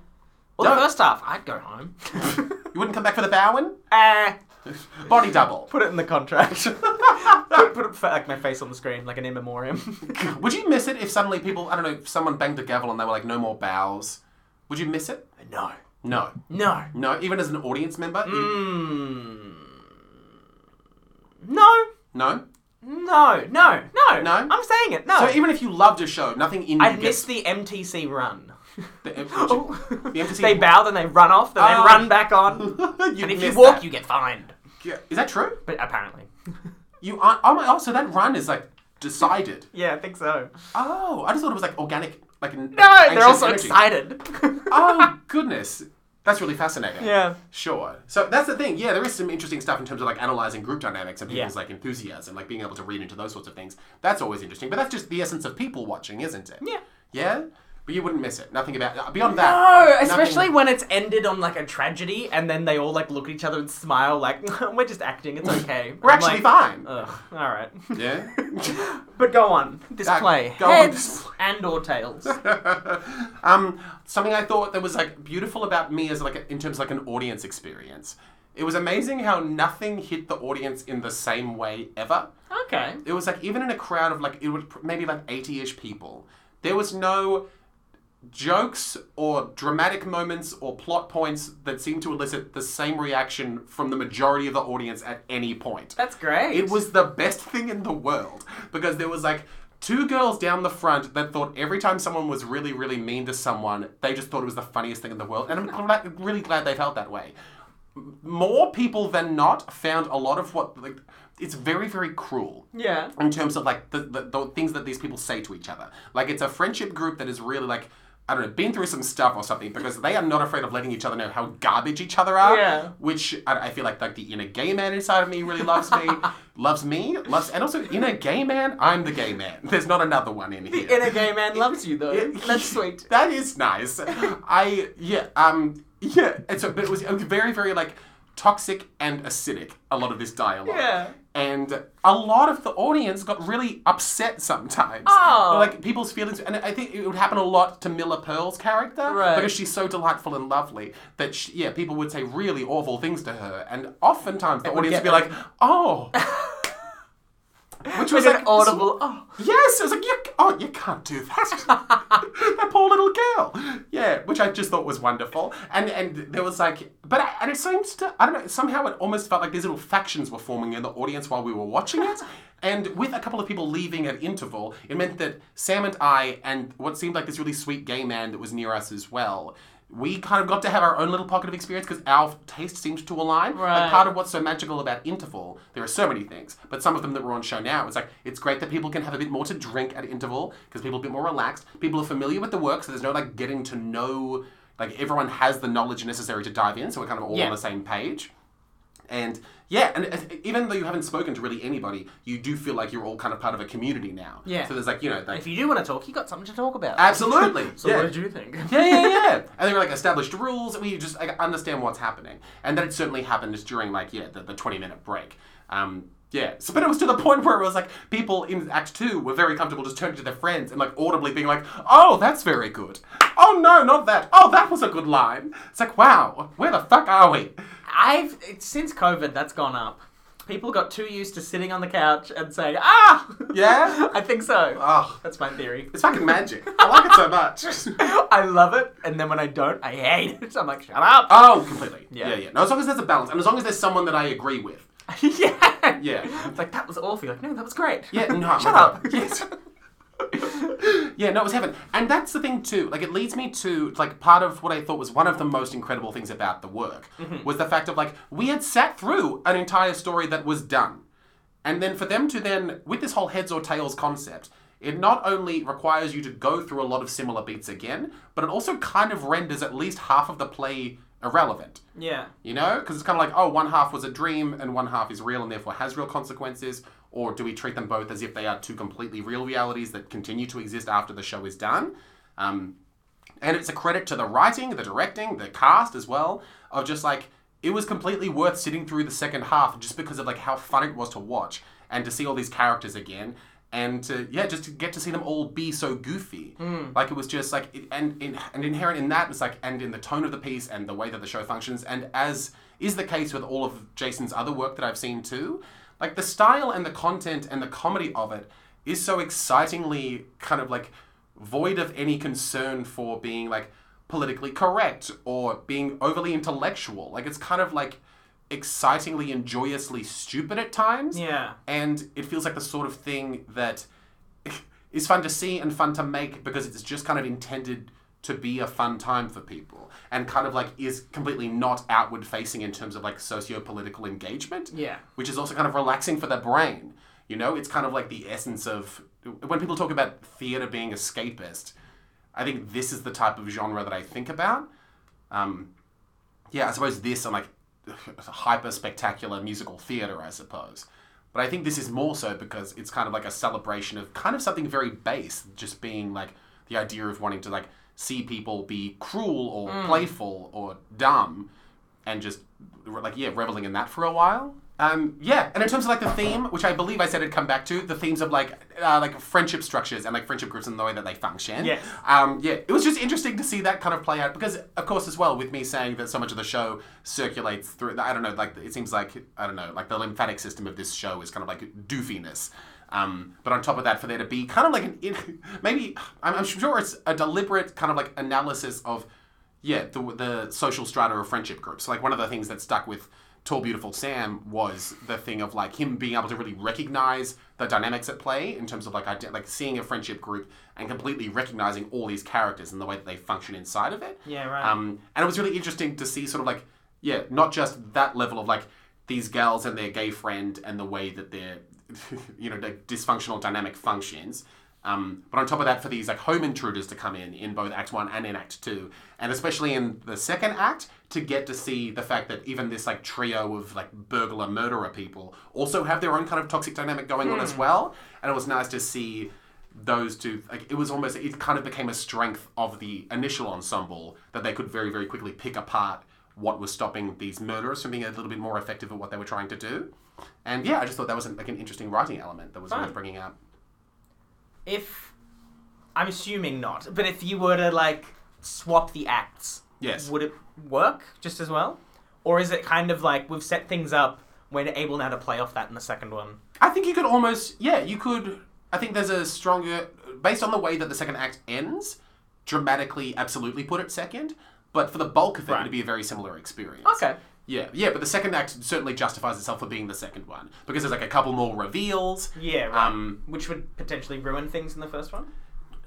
Speaker 2: Well, the
Speaker 1: No.
Speaker 2: first half, I'd go home.
Speaker 1: You wouldn't come back for the Bowen?
Speaker 2: Eh,
Speaker 1: Body double.
Speaker 2: put it in the contract. put, put it, fa- like my face on the screen, like an in memoriam.
Speaker 1: Would you miss it if suddenly people, I don't know, if someone banged a gavel and they were like, no more bows? Would you miss it?
Speaker 2: no,
Speaker 1: No.
Speaker 2: no,
Speaker 1: No, even as an audience member?
Speaker 2: Mm.
Speaker 1: you-
Speaker 2: Hmm. no,
Speaker 1: no?
Speaker 2: no, no, no,
Speaker 1: No?
Speaker 2: I'm saying it. No.
Speaker 1: So even if you loved a show, nothing in
Speaker 2: I
Speaker 1: you
Speaker 2: missed
Speaker 1: gets...
Speaker 2: the MTC run.
Speaker 1: The,
Speaker 2: Oh.
Speaker 1: the emphasis-
Speaker 2: They bow, then they run off, then
Speaker 1: Oh.
Speaker 2: they run back on.
Speaker 1: You'd
Speaker 2: and if you
Speaker 1: miss
Speaker 2: walk,
Speaker 1: that.
Speaker 2: you get fined.
Speaker 1: Yeah. Is that true?
Speaker 2: But apparently.
Speaker 1: You aren't... Oh, my... Oh, so that run is, like, decided.
Speaker 2: yeah, I think so.
Speaker 1: Oh, I just thought it was, like, organic, like... No,
Speaker 2: No, they're also excited.
Speaker 1: Oh, goodness. That's really fascinating.
Speaker 2: Yeah.
Speaker 1: Sure. So that's the thing. Yeah, there is some interesting stuff in terms of like analyzing group dynamics and people's
Speaker 2: Yeah.
Speaker 1: like enthusiasm, like being able to read into those sorts of things. That's always interesting. But that's just the essence of people watching, isn't it?
Speaker 2: Yeah.
Speaker 1: Yeah. But you wouldn't miss it. Nothing about uh, beyond that.
Speaker 2: No,
Speaker 1: nothing-
Speaker 2: especially when it's ended on like a tragedy, and then they all like look at each other and smile, like we're just acting. It's okay.
Speaker 1: We're
Speaker 2: I'm
Speaker 1: actually
Speaker 2: like,
Speaker 1: fine.
Speaker 2: uh, Ugh, all right.
Speaker 1: yeah.
Speaker 2: but go on. This
Speaker 1: Uh,
Speaker 2: play.
Speaker 1: go on.
Speaker 2: Heads and or tails.
Speaker 1: um, something I thought that was like beautiful about me is like in terms of like an audience experience. It was amazing how nothing hit the audience in the same way ever.
Speaker 2: okay.
Speaker 1: It was like even in a crowd of like it was pr- maybe like eighty-ish people. There was no jokes or dramatic moments or plot points that seemed to elicit the same reaction from the majority of the audience at any point.
Speaker 2: That's great.
Speaker 1: It was the best thing in the world because there was like two girls down the front that thought every time someone was really, really mean to someone, they just thought it was the funniest thing in the world. And I'm, I'm like, really glad they felt that way. M- More people than not found a lot of what like it's very, very cruel
Speaker 2: Yeah.
Speaker 1: in terms of like the, the, the things that these people say to each other. Like it's a friendship group that is really like I don't know, been through some stuff or something because they are not afraid of letting each other know how garbage each other are.
Speaker 2: Yeah.
Speaker 1: Which I, I feel like like the inner gay man inside of me really loves me, loves me, loves, and also inner gay man. I'm the gay man. There's not another one in here.
Speaker 2: Inner gay man loves you though. That's sweet.
Speaker 1: That is nice. I yeah um yeah. And so, but it was, it was very very like toxic and acidic. A lot of this dialogue.
Speaker 2: Yeah.
Speaker 1: And a lot of the audience got really upset sometimes.
Speaker 2: Oh.
Speaker 1: Like people's feelings, and I think it would happen a lot to Miller Pearl's character
Speaker 2: Right.
Speaker 1: because she's so delightful and lovely that she, yeah, people would say really awful things to her, and oftentimes the audience would
Speaker 2: get
Speaker 1: be like, "Oh," which was
Speaker 2: Like
Speaker 1: like
Speaker 2: an audible. Oh.
Speaker 1: Yes, it was like, you, oh, you can't do that. that poor little girl. Yeah, which I just thought was wonderful. And and there was like, but I, and it seems to, I don't know, somehow it almost felt like these little factions were forming in the audience while we were watching it. And with a couple of people leaving at interval, it meant that Sam and I and what seemed like this really sweet gay man that was near us as well. We kind of got to have our own little pocket of experience because our taste seemed to align. Like,
Speaker 2: Right.
Speaker 1: part of what's so magical about Interval, there are so many things, but some of them that were on show now, it's like it's great that people can have a bit more to drink at Interval because people are a bit more relaxed. People are familiar with the work, so there's no like getting to know. Like everyone has the knowledge necessary to dive in, so we're kind of all
Speaker 2: Yeah.
Speaker 1: on the same page. And yeah, and uh, even though you haven't spoken to really anybody, you do feel like you're all kind of part of a community now.
Speaker 2: Yeah.
Speaker 1: So there's like you know like
Speaker 2: If you do want to talk, you got something to talk about.
Speaker 1: absolutely.
Speaker 2: so
Speaker 1: yeah.
Speaker 2: what did you think?
Speaker 1: Yeah, yeah, yeah. and there were like established rules, and we just like, understand what's happening. And that it certainly happened just during like yeah the, the twenty minute break. Um, yeah. So, but it was to the point where it was like people in Act Two were very comfortable just turning to their friends and like audibly being like, "Oh, that's very good. Oh no, not that. Oh, that was a good line." It's like, wow, where the fuck are we?
Speaker 2: I've it's- since COVID, that's gone up. People got too used to sitting on the couch and saying, "Ah,
Speaker 1: Yeah?
Speaker 2: I think so."
Speaker 1: Oh,
Speaker 2: That's my theory.
Speaker 1: it's fucking magic. I like it so much.
Speaker 2: I love it, and then when I don't, I hate it. I'm like, "Shut up!"
Speaker 1: Oh, completely. Yeah.
Speaker 2: Yeah.
Speaker 1: yeah, No, as long as there's a balance, and as long as there's someone that I agree with.
Speaker 2: Oh. yeah,
Speaker 1: Yeah.
Speaker 2: It's like that was awful. You're like, no, that was great.
Speaker 1: Yeah, no. my
Speaker 2: Shut up.
Speaker 1: God. Yes. yeah, no, it was heaven. And that's the thing too. Like, it leads me to like part of what I thought was one of the most incredible things about the work was the fact of like we had sat through an entire story that was done, and then for them to then with this whole heads or tails concept. It not only requires you to go through a lot of similar beats again, but it also kind of renders at least half of the play irrelevant.
Speaker 2: yeah.
Speaker 1: You know? Because it's kind of like, oh, one half was a dream and one half is real and therefore has real consequences. Or do we treat them both as if they are two completely real realities that continue to exist after the show is done? Um, and it's a credit to the writing, the directing, the cast as well, of just like, it was completely worth sitting through the second half just because of like how fun it was to watch and to see all these characters again. And to, yeah, just to get to see them all be so goofy, like it was just like, it- and in, and inherent in that was like, and in the tone of the piece and the way that the show functions, and as is the case with all of Jason's other work that I've seen too, like the style and the content and the comedy of it is so excitingly kind of like void of any concern for being like politically correct or being overly intellectual. Like it's kind of like excitingly and joyously stupid at times.
Speaker 2: Yeah.
Speaker 1: And it feels like the sort of thing that is fun to see and fun to make because it's just kind of intended to be a fun time for people and kind of like is completely not outward facing in terms of like socio political engagement
Speaker 2: Yeah.
Speaker 1: which is also kind of relaxing for the brain. You know, it's kind of like the essence of when people talk about theater being escapist. I think this is the type of genre that I think about. Um, yeah, I suppose this and like hyper spectacular musical theater, I suppose. But I think this is more so because it's kind of like a celebration of kind of something very base, just being like the idea of wanting to like see people be cruel or playful or dumb, and just like yeah, reveling in that for a while. Um, yeah, and in terms of like the theme, which I believe I said I'd come back to, the themes of like uh, like friendship structures and like friendship groups and the way that they function.
Speaker 2: Yes.
Speaker 1: Um, yeah, it was just interesting to see that kind of play out because, of course, as well with me saying that so much of the show circulates through. I don't know, like it seems like I don't know, like the lymphatic system of this show is kind of like doofiness. Um, but on top of that, for there to be kind of like an in, maybe I'm, I'm sure it's a deliberate kind of like analysis of yeah the the social strata of friendship groups. Like one of the things that stuck with Tall Beautiful Sam was the thing of like him being able to really recognize the dynamics at play in terms of like ide- like seeing a friendship group and completely recognizing all these characters and the way that they function inside of it.
Speaker 2: Yeah, right.
Speaker 1: Um, and it was really interesting to see sort of like yeah, not just that level of like these girls and their gay friend and the way that their you know like dysfunctional dynamic functions. Um, but on top of that, for these like home intruders to come in in both Act One and in Act Two, and especially in the second act, to get to see the fact that even this like trio of like burglar murderer people also have their own kind of toxic dynamic going on as well. And it was nice to see those two like it was almost it kind of became a strength of the initial ensemble that they could very very quickly pick apart what was stopping these murderers from being a little bit more effective at what they were trying to do and yeah i just thought that was an, like an interesting writing element that was
Speaker 2: Fun.
Speaker 1: worth bringing up
Speaker 2: If I'm assuming not, but if you were to like swap the acts,
Speaker 1: Yes.
Speaker 2: would it work just as well, or is it kind of like we've set things up? We're able now to play off that in the second one.
Speaker 1: i think you could almost yeah you could i think there's a stronger based on the way that the second act ends dramatically absolutely put it second but for the bulk of it it'd be a very similar experience
Speaker 2: Okay.
Speaker 1: Yeah, yeah, but the second act certainly justifies itself for being the second one because there's like a couple more reveals.
Speaker 2: Yeah. Right.
Speaker 1: Um,
Speaker 2: Which would potentially ruin things in the first one.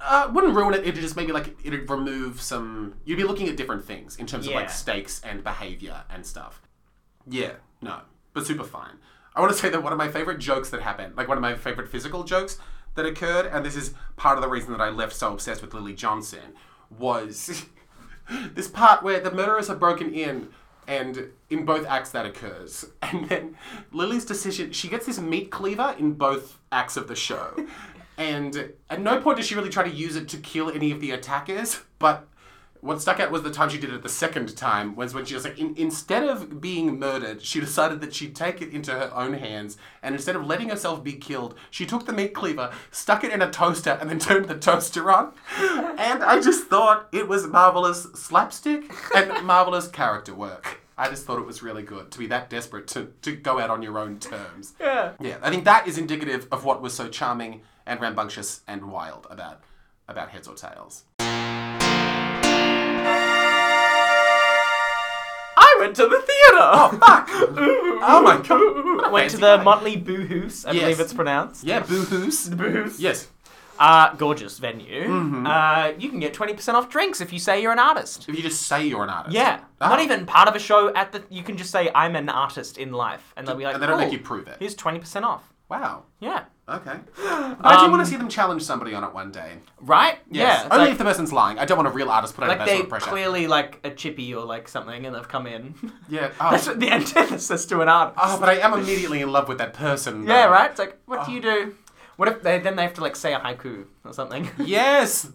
Speaker 1: Uh, wouldn't ruin it. It'd just maybe like it'd remove some. You'd be looking at different things in terms of
Speaker 2: Yeah.
Speaker 1: like stakes and behavior and stuff. Yeah, no, but super fine. I want to say that one of my favorite jokes that happened, like one of my favorite physical jokes that occurred, and this is part of the reason that I left so obsessed with Lily Johnson, was this part where the murderers are broken in And in both acts, that occurs. And then Lily's decision, she gets this meat cleaver in both acts of the show. and at no point does she really try to use it to kill any of the attackers, but what stuck out was the time she did it the second time was when she was like, in, instead of being murdered, she decided that she'd take it into her own hands, and instead of letting herself be killed, she took the meat cleaver, stuck it in a toaster, and then turned the toaster on. and I just thought it was marvelous slapstick and marvelous character work. I just thought it was really good to be that desperate to, to go out on your own terms.
Speaker 2: Yeah.
Speaker 1: Yeah, I think that is indicative of what was so charming and rambunctious and wild about about heads or tails.
Speaker 2: I went to the theater. Oh
Speaker 1: fuck. Oh my god!
Speaker 2: Went to the Motley Boohoos, I
Speaker 1: Yes.
Speaker 2: believe it's pronounced.
Speaker 1: yeah boohoos.
Speaker 2: Boohoos.
Speaker 1: Yes,
Speaker 2: Uh, gorgeous venue. Uh, you can get 20% off drinks if you say you're an artist.
Speaker 1: if you just say you're an artist.
Speaker 2: Yeah.
Speaker 1: Ah.
Speaker 2: Not even part of a show at the. You can just say, I'm an artist in life. And they'll be like,
Speaker 1: And they don't make
Speaker 2: "Cool,
Speaker 1: you prove it.
Speaker 2: Here's 20% off.
Speaker 1: Wow.
Speaker 2: Yeah.
Speaker 1: Okay. But I do want to see them challenge somebody on it one day.
Speaker 2: Right?
Speaker 1: Yes.
Speaker 2: Um, Yeah. it's
Speaker 1: Only
Speaker 2: like-
Speaker 1: if the person's lying. I don't want a real artist put under
Speaker 2: Like
Speaker 1: that
Speaker 2: they
Speaker 1: sort of pressure.
Speaker 2: clearly like a chippy or like something, and they've come in.
Speaker 1: yeah. Oh.
Speaker 2: That's what the antithesis to an artist.
Speaker 1: Oh, but I am immediately in love with that person.
Speaker 2: yeah,
Speaker 1: though.
Speaker 2: right. It's like,
Speaker 1: Ah.
Speaker 2: what do you do? What if they then they have to like say a haiku or something
Speaker 1: Yes.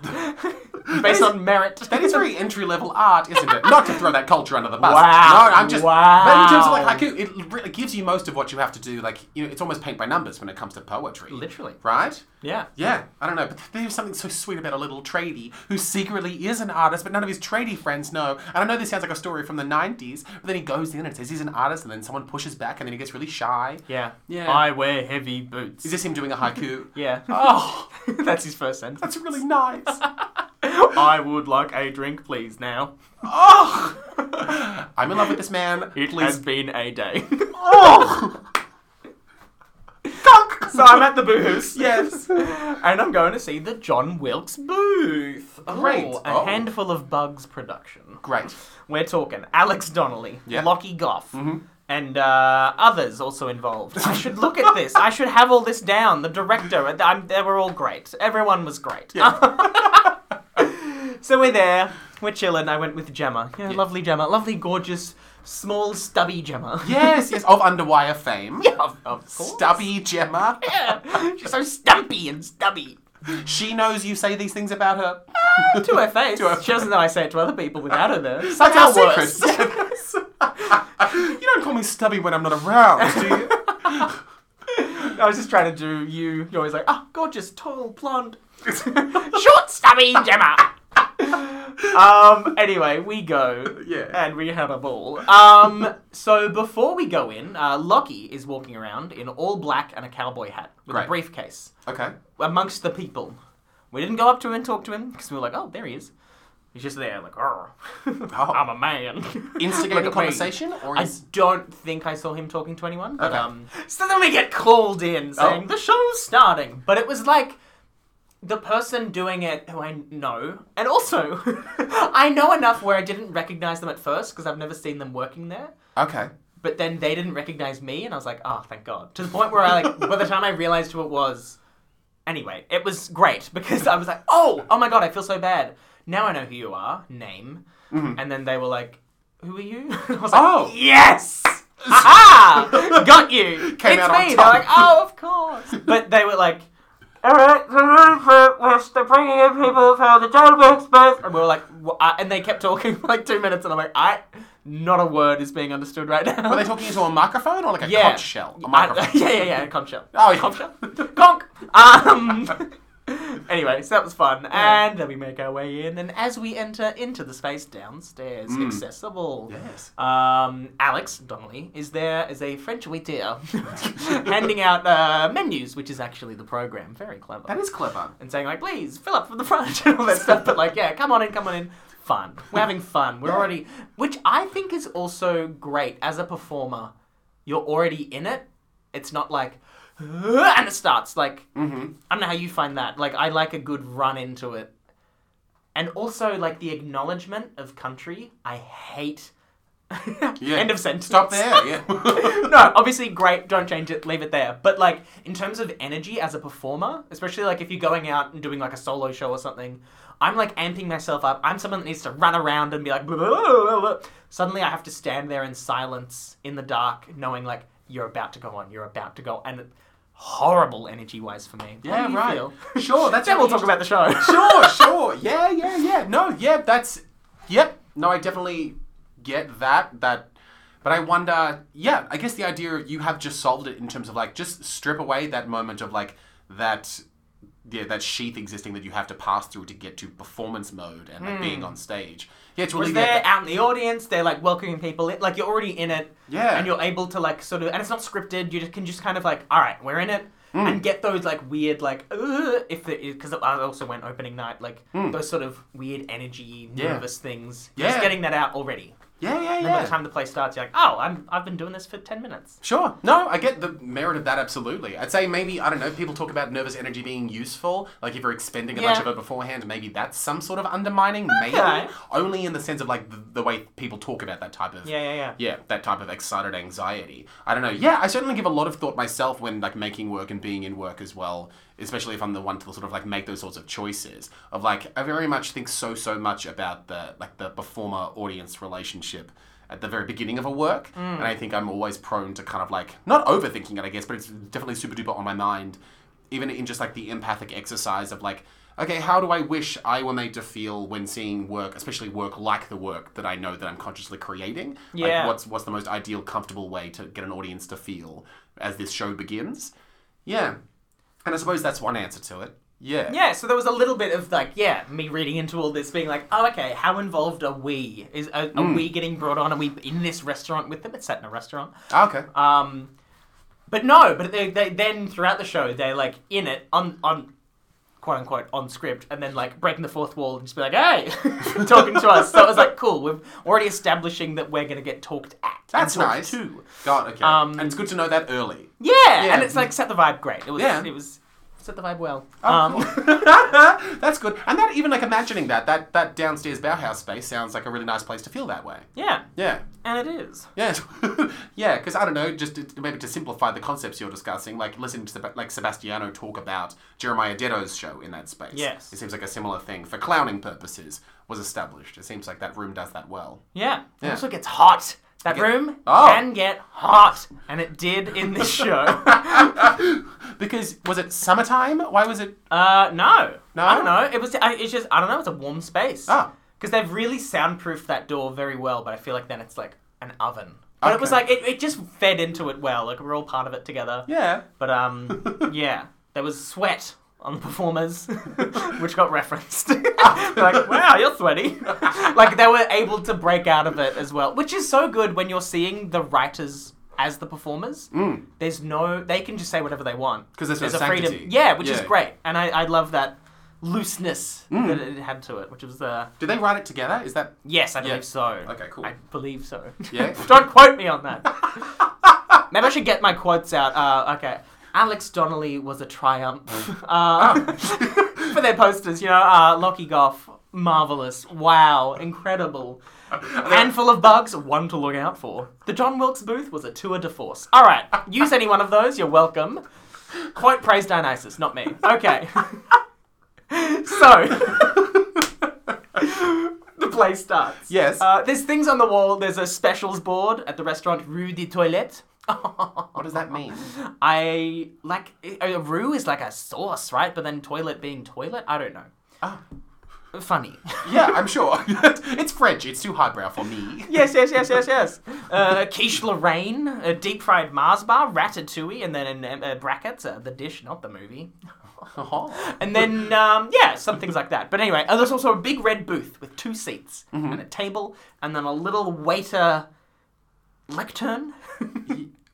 Speaker 2: based on merit?
Speaker 1: That is very entry level art, isn't it? Not to throw that culture under the bus.
Speaker 2: Wow.
Speaker 1: No, I'm just. But in terms of
Speaker 2: Wow.
Speaker 1: like haiku, it really gives you most of what you have to do. Like you know, it's almost paint by numbers when it comes to poetry.
Speaker 2: literally.
Speaker 1: Right?
Speaker 2: Yeah.
Speaker 1: Yeah, I don't know, but there's something so sweet about a little tradie who secretly is an artist, but none of his tradie friends know. And I know this sounds like a story from the 90s, but then he goes in and says he's an artist, and then someone pushes back, and then he gets really shy.
Speaker 2: Yeah.
Speaker 1: Yeah.
Speaker 2: I wear heavy boots.
Speaker 1: Is this him doing a haiku?
Speaker 2: yeah.
Speaker 1: Oh,
Speaker 2: That's his first sentence.
Speaker 1: that's really nice.
Speaker 2: I would like a drink, please. Now
Speaker 1: Oh, I'm in love with this man.
Speaker 2: it
Speaker 1: Please.
Speaker 2: has been a day.
Speaker 1: Oh, Gunk.
Speaker 2: so I'm at the booth.
Speaker 1: Yes.
Speaker 2: And I'm going to see the John Wilkes Booth.
Speaker 1: Great.
Speaker 2: Oh, a
Speaker 1: Oh.
Speaker 2: handful of bugs production.
Speaker 1: Great.
Speaker 2: We're talking Alex Donnelly,
Speaker 1: Yeah. Mm-hmm.
Speaker 2: Lockie Goff, and uh, others also involved. I should look at this. I should have all this down. The director, uh, I'm, they were all great. Everyone was great. so we're there. We're chilling. I went with Gemma. You know, Lovely Gemma. Lovely, gorgeous, small, stubby Gemma.
Speaker 1: Yes, yes, of underwire fame.
Speaker 2: of, of course.
Speaker 1: Stubby Gemma.
Speaker 2: Yeah. She's so stumpy and stubby.
Speaker 1: She knows you say these things about her.
Speaker 2: Ah, To her face. She doesn't know I say it to other people without her there.
Speaker 1: That's
Speaker 2: Somehow
Speaker 1: our
Speaker 2: worse.
Speaker 1: secret. you don't call me stubby when I'm not around, do you?
Speaker 2: I was just trying to do you. You're always like, oh, gorgeous, tall, blonde, short, stubby Gemma. um. Anyway, we go.
Speaker 1: Yeah.
Speaker 2: And we had a ball. Um. So before we go in, uh, Lockie is walking around in all black and a cowboy hat with
Speaker 1: Right.
Speaker 2: a briefcase
Speaker 1: Okay.
Speaker 2: amongst the people. We didn't go up to him and talk to him because we were like, oh, there he is. He's just there, like, "Arr, I'm a man. Look at
Speaker 1: Instigating
Speaker 2: me."
Speaker 1: Oh. conversation, or
Speaker 2: I
Speaker 1: is
Speaker 2: don't think I saw him talking to anyone. But,
Speaker 1: Okay.
Speaker 2: um, so then we get called in saying
Speaker 1: Oh.
Speaker 2: the show's starting, but it was like the person doing it who I know, and also I know enough where I didn't recognize them at first because I've never seen them working there.
Speaker 1: okay?
Speaker 2: But then they didn't recognize me, and I was like, oh, thank God. To the point where I like, by the time I realized who it was, anyway, it was great because I was like, oh, oh my God, I feel so bad. Now I know who you are. Name. And then they were like, who are you? I was like,
Speaker 1: Oh.
Speaker 2: yes. Aha! Got you.
Speaker 1: Came
Speaker 2: it's
Speaker 1: out on
Speaker 2: me.
Speaker 1: top.
Speaker 2: They're like, oh, of course. But they were like. All right, the room for which they're bringing in people for the John Wilkes Booth, and we were like, "Wha- uh," and they kept talking for like two minutes, and I'm like, I, not a word is being understood right now.
Speaker 1: Were they talking into a microphone or like a
Speaker 2: Yeah.
Speaker 1: conch shell? A
Speaker 2: I-
Speaker 1: microphone.
Speaker 2: yeah, yeah, yeah, conch shell.
Speaker 1: Oh, yeah.
Speaker 2: Conch shell. Conk. Um. anyway, so that was fun, and then we make our way in, and as we enter into the space downstairs,
Speaker 1: Mm.
Speaker 2: accessible.
Speaker 1: Yes.
Speaker 2: Um, Alex Donnelly is there as a French waiter, handing out uh, menus, which is actually the program. Very clever.
Speaker 1: That is clever.
Speaker 2: and saying like, please fill up from the front and all that stuff. But like, yeah, come on in, come on in. Fun. We're having fun. We're already, which I think is also great as a performer. You're already in it. It's not like, "Ugh," and it starts like,
Speaker 1: Mm-hmm.
Speaker 2: I don't know how you find that. Like, I like a good run into it, and also like the acknowledgement of country. I hate
Speaker 1: Yeah.
Speaker 2: End of sentence.
Speaker 1: Stop there. Yeah.
Speaker 2: no, obviously great. Don't change it. Leave it there. But like in terms of energy as a performer, especially like if you're going out and doing like a solo show or something, I'm like amping myself up. I'm someone that needs to run around and be like. Blah, blah, blah, blah. Suddenly, I have to stand there in silence in the dark, knowing like you're about to go on. You're about to go, and horrible energy wise for me. How
Speaker 1: Yeah,
Speaker 2: do you
Speaker 1: right.
Speaker 2: feel?
Speaker 1: Sure, that's
Speaker 2: Then we'll
Speaker 1: really
Speaker 2: talk about the show.
Speaker 1: sure, sure. Yeah, yeah, yeah. No, yeah, that's yep. No, I definitely get that. That but I wonder, yeah, I guess the idea of you have just solved it in terms of like just strip away that moment of like that yeah, that sheath existing that you have to pass through to get to performance mode and like, being on stage. Yeah, to
Speaker 2: Hmm. Was
Speaker 1: alleviate
Speaker 2: there
Speaker 1: that.
Speaker 2: out in the audience? They're like welcoming people. In. Like you're already in it.
Speaker 1: Yeah.
Speaker 2: And you're able to like sort of, and it's not scripted. You just can just kind of like, all right, we're in it,
Speaker 1: Hmm.
Speaker 2: and get those like weird like "Ugh," if because I also went opening night like those sort of weird energy
Speaker 1: Hmm. Yeah.
Speaker 2: nervous things.
Speaker 1: Yeah.
Speaker 2: Just getting that out already.
Speaker 1: Yeah, yeah,
Speaker 2: And by the
Speaker 1: yeah.
Speaker 2: time the play starts, you're like, oh, I'm I've been doing this for ten minutes.
Speaker 1: Sure. No, I get the merit of that absolutely. I'd say maybe I don't know. People talk about nervous energy being useful. Like if you're expending a bunch
Speaker 2: Yeah.
Speaker 1: of it beforehand, maybe that's some sort of undermining.
Speaker 2: Okay.
Speaker 1: Maybe only in the sense of like the, the way people talk about that type of
Speaker 2: Yeah, yeah, yeah.
Speaker 1: yeah, that type of excited anxiety. I don't know. Yeah, I certainly give a lot of thought myself when like making work and being in work as well, especially if I'm the one to sort of like make those sorts of choices. Of like I very much think so so much about the like the performer audience relationship at the very beginning of a work. And I think I'm always prone to kind of like not overthinking it, I guess, but it's definitely super duper on my mind even in just like the empathic exercise of like okay how do i wish i were made to feel when seeing work especially work like the work that i know that i'm consciously creating like
Speaker 2: Yeah.
Speaker 1: what's what's the most ideal comfortable way to get an audience to feel as this show begins yeah and i suppose that's one answer to it yeah
Speaker 2: Yeah, so there was a little bit of like, yeah, me reading into all this, being like, oh, okay, how involved are we? Is are, are
Speaker 1: Hmm.
Speaker 2: we getting brought on? Are we in this restaurant with them? It's set in a restaurant.
Speaker 1: Ah, okay
Speaker 2: Um, but no, but they, they then throughout the show they're like in it on on quote unquote on script and then like breaking the fourth wall and just be like, hey, talking to us. So it was like cool. We're already establishing that we're gonna get talked at. and
Speaker 1: that's
Speaker 2: talked
Speaker 1: nice
Speaker 2: To.
Speaker 1: god okay
Speaker 2: Um,
Speaker 1: and it's good to know that early
Speaker 2: Yeah, and
Speaker 1: Yeah.
Speaker 2: it's like set the vibe great. It was
Speaker 1: Yeah.
Speaker 2: it was set the vibe well. Um,
Speaker 1: Oh, cool. that's good and that even like imagining that that that downstairs bauhaus space sounds like a really nice place to feel that way
Speaker 2: yeah,
Speaker 1: yeah
Speaker 2: and it is.
Speaker 1: Yeah, yeah, because I don't know, just to, maybe to simplify the concepts you're discussing, like listening to Seb- like Sebastiano talk about Jeremiah Deddo's show in that space.
Speaker 2: Yes.
Speaker 1: it seems like a similar thing for clowning purposes was established. It seems like that room does that well.
Speaker 2: Yeah. It
Speaker 1: Yeah.
Speaker 2: also gets hot. That room
Speaker 1: Oh.
Speaker 2: can get hot, and it did in this show.
Speaker 1: Because was it summertime? Why was it?
Speaker 2: Uh, no.
Speaker 1: No?
Speaker 2: I don't know. It was. I, it's just. I don't know. It's a warm space.
Speaker 1: Ah.
Speaker 2: Because they've really soundproofed that door very well, but I feel like then it's like an oven. But it was
Speaker 1: Okay.
Speaker 2: like it, it just fed into it well. Like we're all part of it together.
Speaker 1: Yeah,
Speaker 2: But um, yeah, there was sweat on the performers, which got referenced. They're like, wow, you're sweaty. like they were able to break out of it as well, which is so good when you're seeing the writers as the performers. There's no, they can just say whatever they want
Speaker 1: Mm. 'Cause there's no sanctity.
Speaker 2: Yeah, which is
Speaker 1: Yeah. Mm.
Speaker 2: great, and I, I love that looseness that it had to it, which was uh,
Speaker 1: did they write it together? Is that?
Speaker 2: yes, I believe so.
Speaker 1: Okay, cool.
Speaker 2: I believe so.
Speaker 1: Yeah.
Speaker 2: Don't quote me on that. Maybe I should get my quotes out. Uh, okay. Alex Donnelly was a triumph
Speaker 1: Mm.
Speaker 2: uh,
Speaker 1: Oh.
Speaker 2: for their posters. You know, uh, Lockie Goff, marvelous, wow, incredible. Handful of bugs, one to look out for. The John Wilkes Booth was a tour de force. All right, use any one of those. You're welcome. Quote praise Dionysus, not me. Okay. so the play starts.
Speaker 1: Yes.
Speaker 2: Uh, there's things on the wall. There's a specials board at the restaurant Rue des Toilettes.
Speaker 1: What does that mean?
Speaker 2: I like a roux is like a sauce, right? But then toilet being toilet, I don't know.
Speaker 1: Ah.
Speaker 2: Funny.
Speaker 1: yeah, I'm sure. it's French. It's too highbrow for me.
Speaker 2: yes, yes, yes, yes, yes. Uh, quiche Lorraine, a deep fried Mars bar, ratatouille, and then in uh, brackets uh, the dish, not the movie.
Speaker 1: Uh-huh.
Speaker 2: And then, um, yeah, some things like that. But anyway, uh, there's also a big red booth with two seats
Speaker 1: Mm-hmm.
Speaker 2: and a table, and then a little waiter lectern.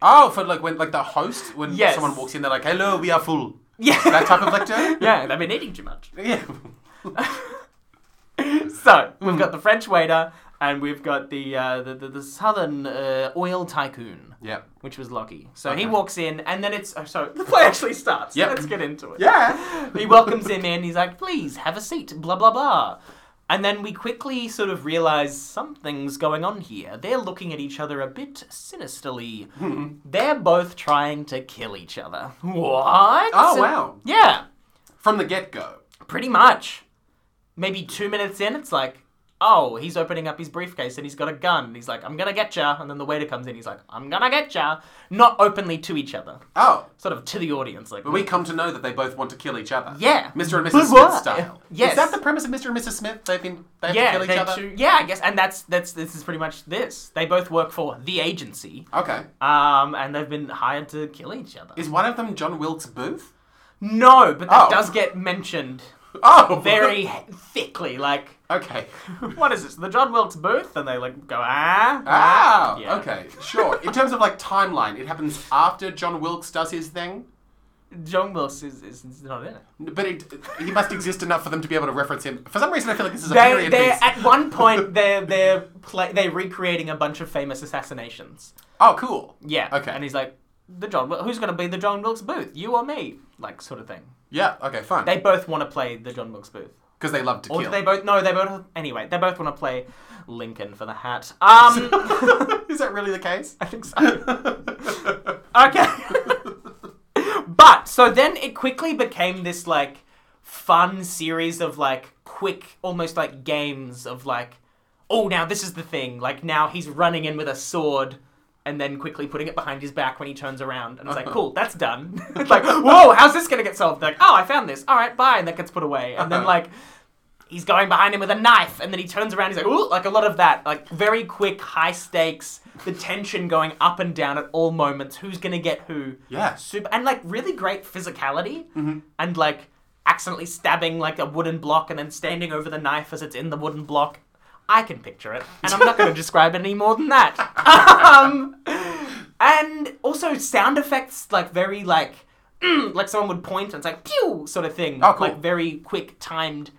Speaker 1: Oh, for like when like the host when
Speaker 2: Yes.
Speaker 1: someone walks in, they're like, "Hello, we are full."
Speaker 2: yeah.
Speaker 1: That type of lecture.
Speaker 2: yeah, they've been eating too much.
Speaker 1: yeah.
Speaker 2: So, we've got the French waiter, and we've got the, uh, the, the, the southern uh, oil tycoon.
Speaker 1: Yeah.
Speaker 2: Which was lucky. So he walks in, and then it's. Oh, so the play actually starts.
Speaker 1: Yep.
Speaker 2: Let's get into it.
Speaker 1: Yeah.
Speaker 2: He welcomes him in. He's like, please have a seat, blah, blah, blah. And then we quickly sort of realize something's going on here. They're looking at each other a bit sinisterly.
Speaker 1: Hmm.
Speaker 2: They're both trying to kill each other. What?
Speaker 1: Oh, wow.
Speaker 2: Yeah,
Speaker 1: From the get go.
Speaker 2: pretty much. Maybe two minutes in, it's like, oh, he's opening up his briefcase and he's got a gun. He's like, I'm gonna get ya. And then the waiter comes in, he's like, I'm gonna get ya. Not openly to each other,
Speaker 1: Oh.
Speaker 2: sort of to the audience. Like,
Speaker 1: But we come to know that they both want to kill each other.
Speaker 2: Yeah.
Speaker 1: Mr. and Mrs.
Speaker 2: But
Speaker 1: Smith
Speaker 2: why?
Speaker 1: style.
Speaker 2: Yes.
Speaker 1: Is that the premise of Mr. and Mrs. Smith? They've been they have
Speaker 2: yeah,
Speaker 1: to kill each
Speaker 2: they're
Speaker 1: other.
Speaker 2: two- yeah, I guess, and that's that's this is pretty much this. They both work for the agency,
Speaker 1: Okay.
Speaker 2: um, and they've been hired to kill each other.
Speaker 1: Is one of them John Wilkes Booth?
Speaker 2: No, but that
Speaker 1: Oh.
Speaker 2: does get mentioned
Speaker 1: Oh,
Speaker 2: very thickly. Like,
Speaker 1: okay.
Speaker 2: what is this? The John Wilkes Booth? And they like go ah
Speaker 1: Ah,
Speaker 2: Yeah.
Speaker 1: okay, sure. In terms of like timeline, it happens after John Wilkes does his thing,
Speaker 2: John Wilkes is, is is not in it.
Speaker 1: but it, he must exist enough for them to be able to reference him. For some reason, I feel like this is a
Speaker 2: They
Speaker 1: period
Speaker 2: they
Speaker 1: piece.
Speaker 2: at one point they're they're play, they're recreating a bunch of famous assassinations.
Speaker 1: oh, cool.
Speaker 2: Yeah.
Speaker 1: Okay.
Speaker 2: And he's like, the John. Wil- Who's gonna be the John Wilkes Booth? You or me? Like sort of thing.
Speaker 1: Yeah. Okay. Fine.
Speaker 2: They both want to play the John Wilkes Booth.
Speaker 1: Because they love to
Speaker 2: Or
Speaker 1: kill.
Speaker 2: do they both? No, they both. Anyway, they both want to play Lincoln for the hat. Um,
Speaker 1: is that really the case?
Speaker 2: I think so. Okay. but so then it quickly became this like fun series of like quick almost like games of like oh now this is the thing like now he's running in with a sword and then quickly putting it behind his back when he turns around and it's like cool that's done it's like whoa how's this gonna get solved like oh i found this all right bye and that gets put away and then like he's going behind him with a knife, and then he turns around. He's like, ooh, like a lot of that, like very quick, high stakes, the tension going up and down at all moments. Who's gonna get who?
Speaker 1: Yeah.
Speaker 2: super, and like really great physicality,
Speaker 1: Mm-hmm.
Speaker 2: and like accidentally stabbing like a wooden block, and then standing over the knife as it's in the wooden block. I can picture it, and I'm not gonna describe it any more than that. Um, and also sound effects, like very like. "Mm," like someone would point and it's like pew sort of thing.
Speaker 1: Oh, cool.
Speaker 2: Like very quick timed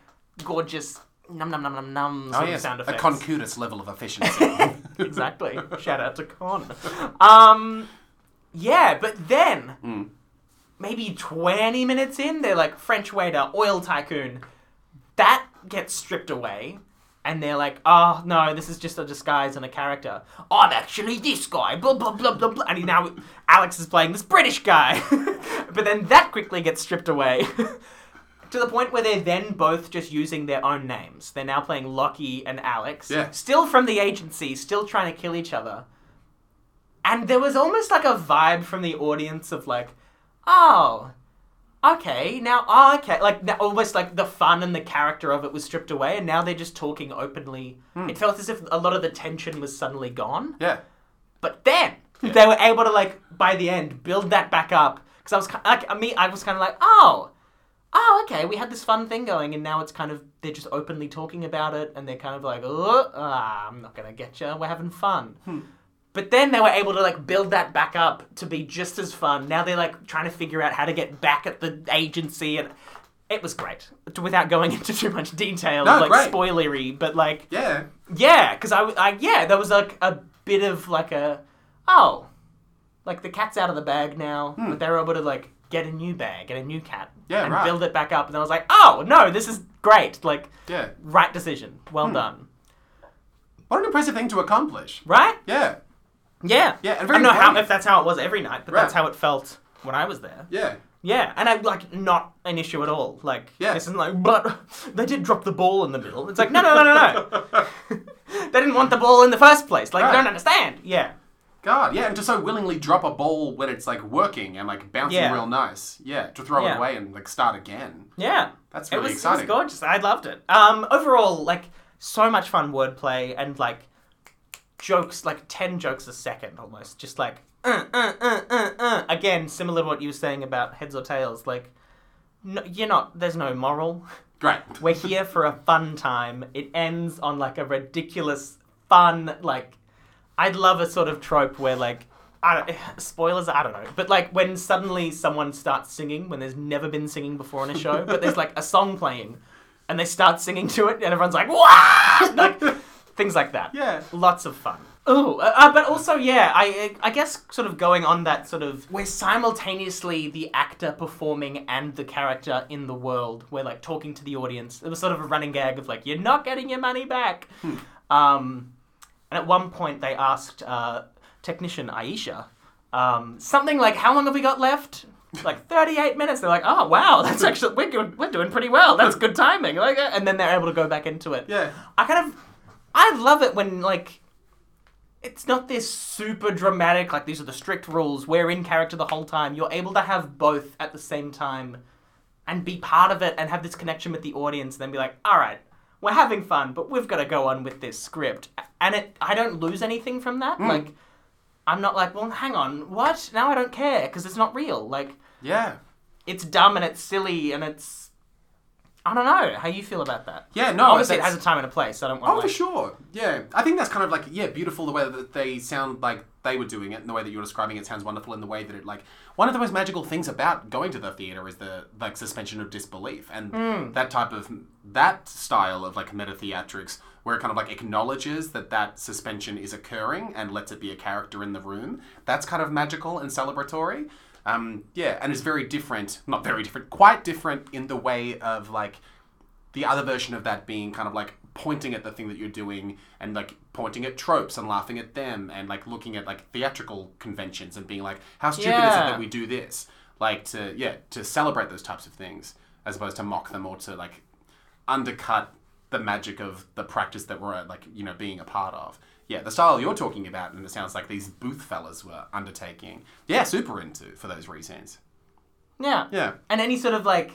Speaker 2: gorgeous num num num num num
Speaker 1: Oh
Speaker 2: sort of
Speaker 1: yes.
Speaker 2: sound
Speaker 1: A
Speaker 2: effects.
Speaker 1: concutus level of efficiency.
Speaker 2: exactly. Shout out to Con. Um, yeah, but then maybe twenty minutes in, they're like French waiter, oil tycoon. That gets stripped away. And they're like, oh no, this is just a disguise and a character. I'm actually this guy, blah blah blah blah blah. And he now Alex is playing this British guy, but then that quickly gets stripped away. to the point where they're then both just using their own names. They're now playing Lockie and Alex.
Speaker 1: Yeah.
Speaker 2: Still from the agency, still trying to kill each other. And there was almost like a vibe from the audience of like, oh, okay, now, oh, okay. Like, now, almost like the fun and the character of it was stripped away, and now they're just talking openly. It felt as if a lot of the tension was suddenly gone.
Speaker 1: yeah.
Speaker 2: But then they were able to like by the end build that back up because I was ki- like I mean I was kind of like oh oh okay we had this fun thing going and now it's kind of they're just openly talking about it and they're kind of like oh ah, I'm not gonna get you we're having fun.
Speaker 1: Hmm.
Speaker 2: But then they were able to like build that back up to be just as fun. Now they're like trying to figure out how to get back at the agency and it was great without going into too much detail
Speaker 1: No,
Speaker 2: like
Speaker 1: great.
Speaker 2: spoilery but like
Speaker 1: Yeah.
Speaker 2: yeah, because I, w- I- yeah, there was like a bit of like a oh, like the cat's out of the bag now, but they were able to like get a new bag and a new cat,
Speaker 1: Hmm. Yeah,
Speaker 2: and
Speaker 1: right.
Speaker 2: build it back up. And I was like, oh no, this is great, like
Speaker 1: Yeah.
Speaker 2: right decision,
Speaker 1: Hmm.
Speaker 2: well done,
Speaker 1: What an impressive thing to accomplish.
Speaker 2: right?
Speaker 1: Yeah.
Speaker 2: Yeah,
Speaker 1: Yeah, and
Speaker 2: I
Speaker 1: very
Speaker 2: don't know how
Speaker 1: brave.
Speaker 2: if that's how it was every night, but that's
Speaker 1: Right.
Speaker 2: how it felt when I was there.
Speaker 1: Yeah.
Speaker 2: Yeah, and I like not an issue at all. Like,
Speaker 1: Yeah.
Speaker 2: this isn't like, but they did drop the ball in the middle. It's like, no, no, no, no, no. they didn't want the ball in the first place. Like,
Speaker 1: Right.
Speaker 2: you don't understand. Yeah.
Speaker 1: God, yeah, and to so willingly drop a ball when it's like working and like bouncing
Speaker 2: Yeah.
Speaker 1: real nice. Yeah, to throw
Speaker 2: Yeah.
Speaker 1: it away and like start again.
Speaker 2: Yeah.
Speaker 1: That's
Speaker 2: it
Speaker 1: really
Speaker 2: was,
Speaker 1: exciting.
Speaker 2: It was gorgeous. I loved it. Um, overall, like, so much fun wordplay and, like, jokes, like, 10 jokes a second almost. Just like, uh, uh, uh, uh, uh. again, similar to what you were saying about heads or tails. Like, no, you're not, there's no moral.
Speaker 1: Great.
Speaker 2: We're here for a fun time. It ends on, like, a ridiculous, fun, like, I'd love a sort of trope where, like, I don't, spoilers, I don't know. But like when suddenly someone starts singing when there's never been singing before on a show, but there's like a song playing and they start singing to it and everyone's like, "Wow!" Like things like that.
Speaker 1: Yeah.
Speaker 2: lots of fun. Oh, uh, uh, but also, yeah, I uh, I guess sort of going on that sort of we're simultaneously the actor performing and the character in the world. We're like talking to the audience. It was sort of a running gag of like you're not getting your money back. Um, and at one point they asked uh, technician Aisha um, something like, "How long have we got left?" Like 38 minutes. They're like, "Oh wow, that's actually we're good, we're doing pretty well. That's good timing." Like, uh, and then they're able to go back into it.
Speaker 1: Yeah.
Speaker 2: I kind of, I love it when like, it's not this super dramatic. Like these are the strict rules. We're in character the whole time. You're able to have both at the same time, and be part of it and have this connection with the audience. And then be like, all right, we're having fun, but we've got to go on with this script. And it, I don't lose anything from that. Like, I'm not like, well, hang on, what? Now I don't care because it's not real. Like,
Speaker 1: Yeah.
Speaker 2: it's dumb and it's silly and it's. I don't know how you feel about that.
Speaker 1: Yeah, no,
Speaker 2: Obviously, it
Speaker 1: that's-
Speaker 2: has a time and a place. I don't want.
Speaker 1: Oh,
Speaker 2: like,
Speaker 1: for sure. Yeah. I think that's kind of like, yeah, beautiful the way that they sound like they were doing it and the way that you're describing it sounds wonderful in the way that it, like, one of the most magical things about going to the theater is the, like, suspension of disbelief and that type of, that style of, like, meta theatrics where it kind of, like, acknowledges that that suspension is occurring and lets it be a character in the room. That's kind of magical and celebratory. Um, yeah, and it's very different, not very different, quite different in the way of, like, the other version of that being kind of like pointing at the thing that you're doing and like pointing at tropes and laughing at them and like looking at like theatrical conventions and being like how stupid is it
Speaker 2: Yeah.
Speaker 1: that we do this like to yeah to celebrate those types of things as opposed to mock them or to like undercut the magic of the practice that we're like you know being a part of yeah the style you're talking about and it sounds like these booth fellas were undertaking yeah super into for those reasons
Speaker 2: Yeah.
Speaker 1: yeah
Speaker 2: And any sort of like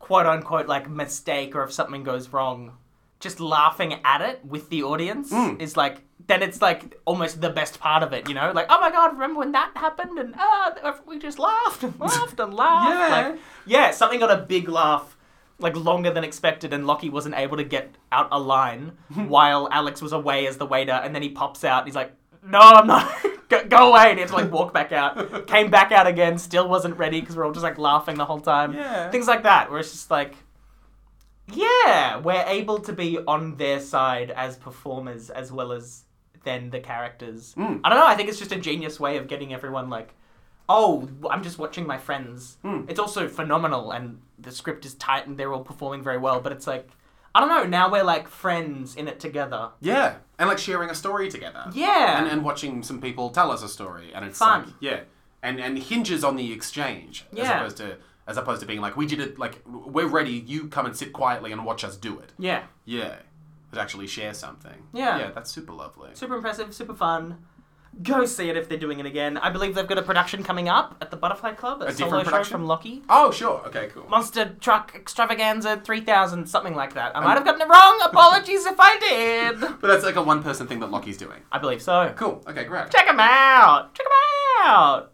Speaker 2: quote unquote like mistake or if something goes wrong, just laughing at it with the audience
Speaker 1: Hmm.
Speaker 2: is like then it's like almost the best part of it, you know? Like, oh my god, remember when that happened and uh we just laughed and laughed and laughed.
Speaker 1: Yeah.
Speaker 2: Like yeah, something got a big laugh like longer than expected and Lockie wasn't able to get out a line while Alex was away as the waiter and then he pops out and he's like, No, I'm not Go, go away! And he had to like walk back out. Came back out again. Still wasn't ready because we're all just like laughing the whole time.
Speaker 1: Yeah.
Speaker 2: Things like that, where it's just like, yeah, we're able to be on their side as performers as well as then the characters.
Speaker 1: Hmm.
Speaker 2: I don't know. I think it's just a genius way of getting everyone like, oh, I'm just watching my friends.
Speaker 1: Hmm.
Speaker 2: It's also phenomenal, and the script is tight, and they're all performing very well. But it's like, I don't know. Now we're like friends in it together.
Speaker 1: yeah and like sharing a story together
Speaker 2: Yeah.
Speaker 1: and, uh, and watching some people tell us a story and it's
Speaker 2: Fun.
Speaker 1: like yeah and and hinges on the exchange as
Speaker 2: Yeah.
Speaker 1: opposed to as opposed to being like we did it like we're ready you come and sit quietly and watch us do it
Speaker 2: yeah.
Speaker 1: yeah but actually share something
Speaker 2: Yeah.
Speaker 1: yeah that's super lovely
Speaker 2: Super impressive. Super fun. Go see it if they're doing it again. I believe they've got a production coming up at the Butterfly Club, a,
Speaker 1: A
Speaker 2: solo
Speaker 1: different
Speaker 2: show
Speaker 1: production?
Speaker 2: from Lockie.
Speaker 1: oh sure okay cool
Speaker 2: Monster Truck Extravaganza 3000, something like that. I might have gotten it wrong. Apologies if I did.
Speaker 1: but that's like a one person thing that Lockie's doing
Speaker 2: I believe so.
Speaker 1: cool okay great
Speaker 2: Check them out. Check them out.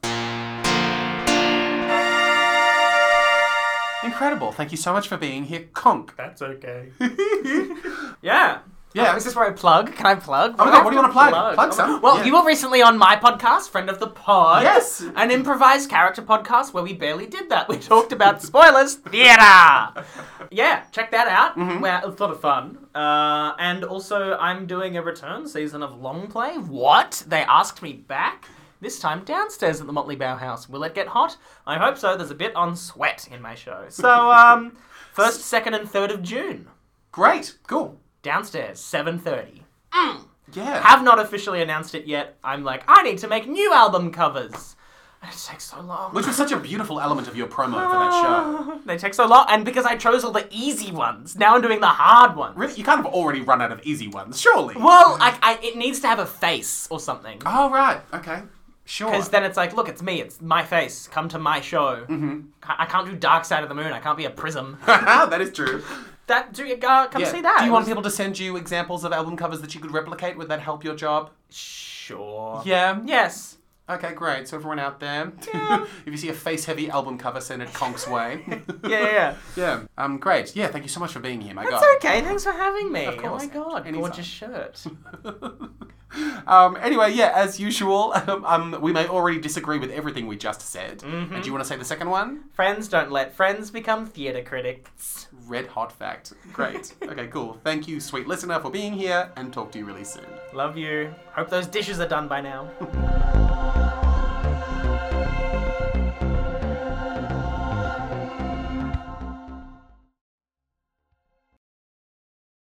Speaker 1: incredible thank you so much for being here conk
Speaker 2: That's okay. yeah.
Speaker 1: Yeah.
Speaker 2: Oh, is this where I plug? Can I plug?
Speaker 1: Oh my
Speaker 2: do
Speaker 1: God,
Speaker 2: I
Speaker 1: what do you
Speaker 2: have
Speaker 1: wanna plug? Plug some.
Speaker 2: Well,
Speaker 1: Yeah.
Speaker 2: you were recently on my podcast, Friend of the Pod.
Speaker 1: Yes.
Speaker 2: An improvised character podcast where we barely did that. We talked about spoilers, theatre. Yeah, check that out. Well, it's a lot of fun. Uh, and also, I'm doing a return season of Long Play. What? They asked me back? This time downstairs at the Motley Bow House. Will it get hot? I hope so. There's a bit on sweat in my show. So, um, 1st, 2nd, and 3rd of June
Speaker 1: great cool
Speaker 2: downstairs 7.30
Speaker 1: yeah
Speaker 2: have not officially announced it yet i'm like i need to make new album covers it takes so long
Speaker 1: which was such a beautiful element of your promo for that show
Speaker 2: they take so long and because i chose all the easy ones now i'm doing the hard ones
Speaker 1: really you kind of already run out of easy ones surely
Speaker 2: well I, I, it needs to have a face or something
Speaker 1: oh right okay sure
Speaker 2: because then it's like look it's me it's my face come to my show mm-hmm. i can't do dark side of the moon i can't be a prism
Speaker 1: that is true.
Speaker 2: that do you uh, come
Speaker 1: Yeah.
Speaker 2: see that
Speaker 1: Do you
Speaker 2: It
Speaker 1: want
Speaker 2: was-
Speaker 1: people to send you examples of album covers that you could replicate? Would that help your job?
Speaker 2: sure
Speaker 1: Yeah.
Speaker 2: yes
Speaker 1: Okay, great. So everyone out there, if you see a face-heavy album cover, send it Conk's way.
Speaker 2: yeah yeah, yeah.
Speaker 1: yeah. Um. Great. Yeah. Thank you so much for being here. My
Speaker 2: That's
Speaker 1: God.
Speaker 2: okay. Thanks for having me.
Speaker 1: course.
Speaker 2: Oh my god,
Speaker 1: Anytime.
Speaker 2: gorgeous shirt.
Speaker 1: Um, anyway, yeah, as usual, um, um, we may already disagree with everything we just said.
Speaker 2: Mm-hmm.
Speaker 1: And do you want to say the second one?
Speaker 2: Friends don't let friends become theatre critics.
Speaker 1: Red hot fact. Great. okay, cool. Thank you, sweet listener, for being here, and talk to you really soon.
Speaker 2: Love you. Hope those dishes are done by now.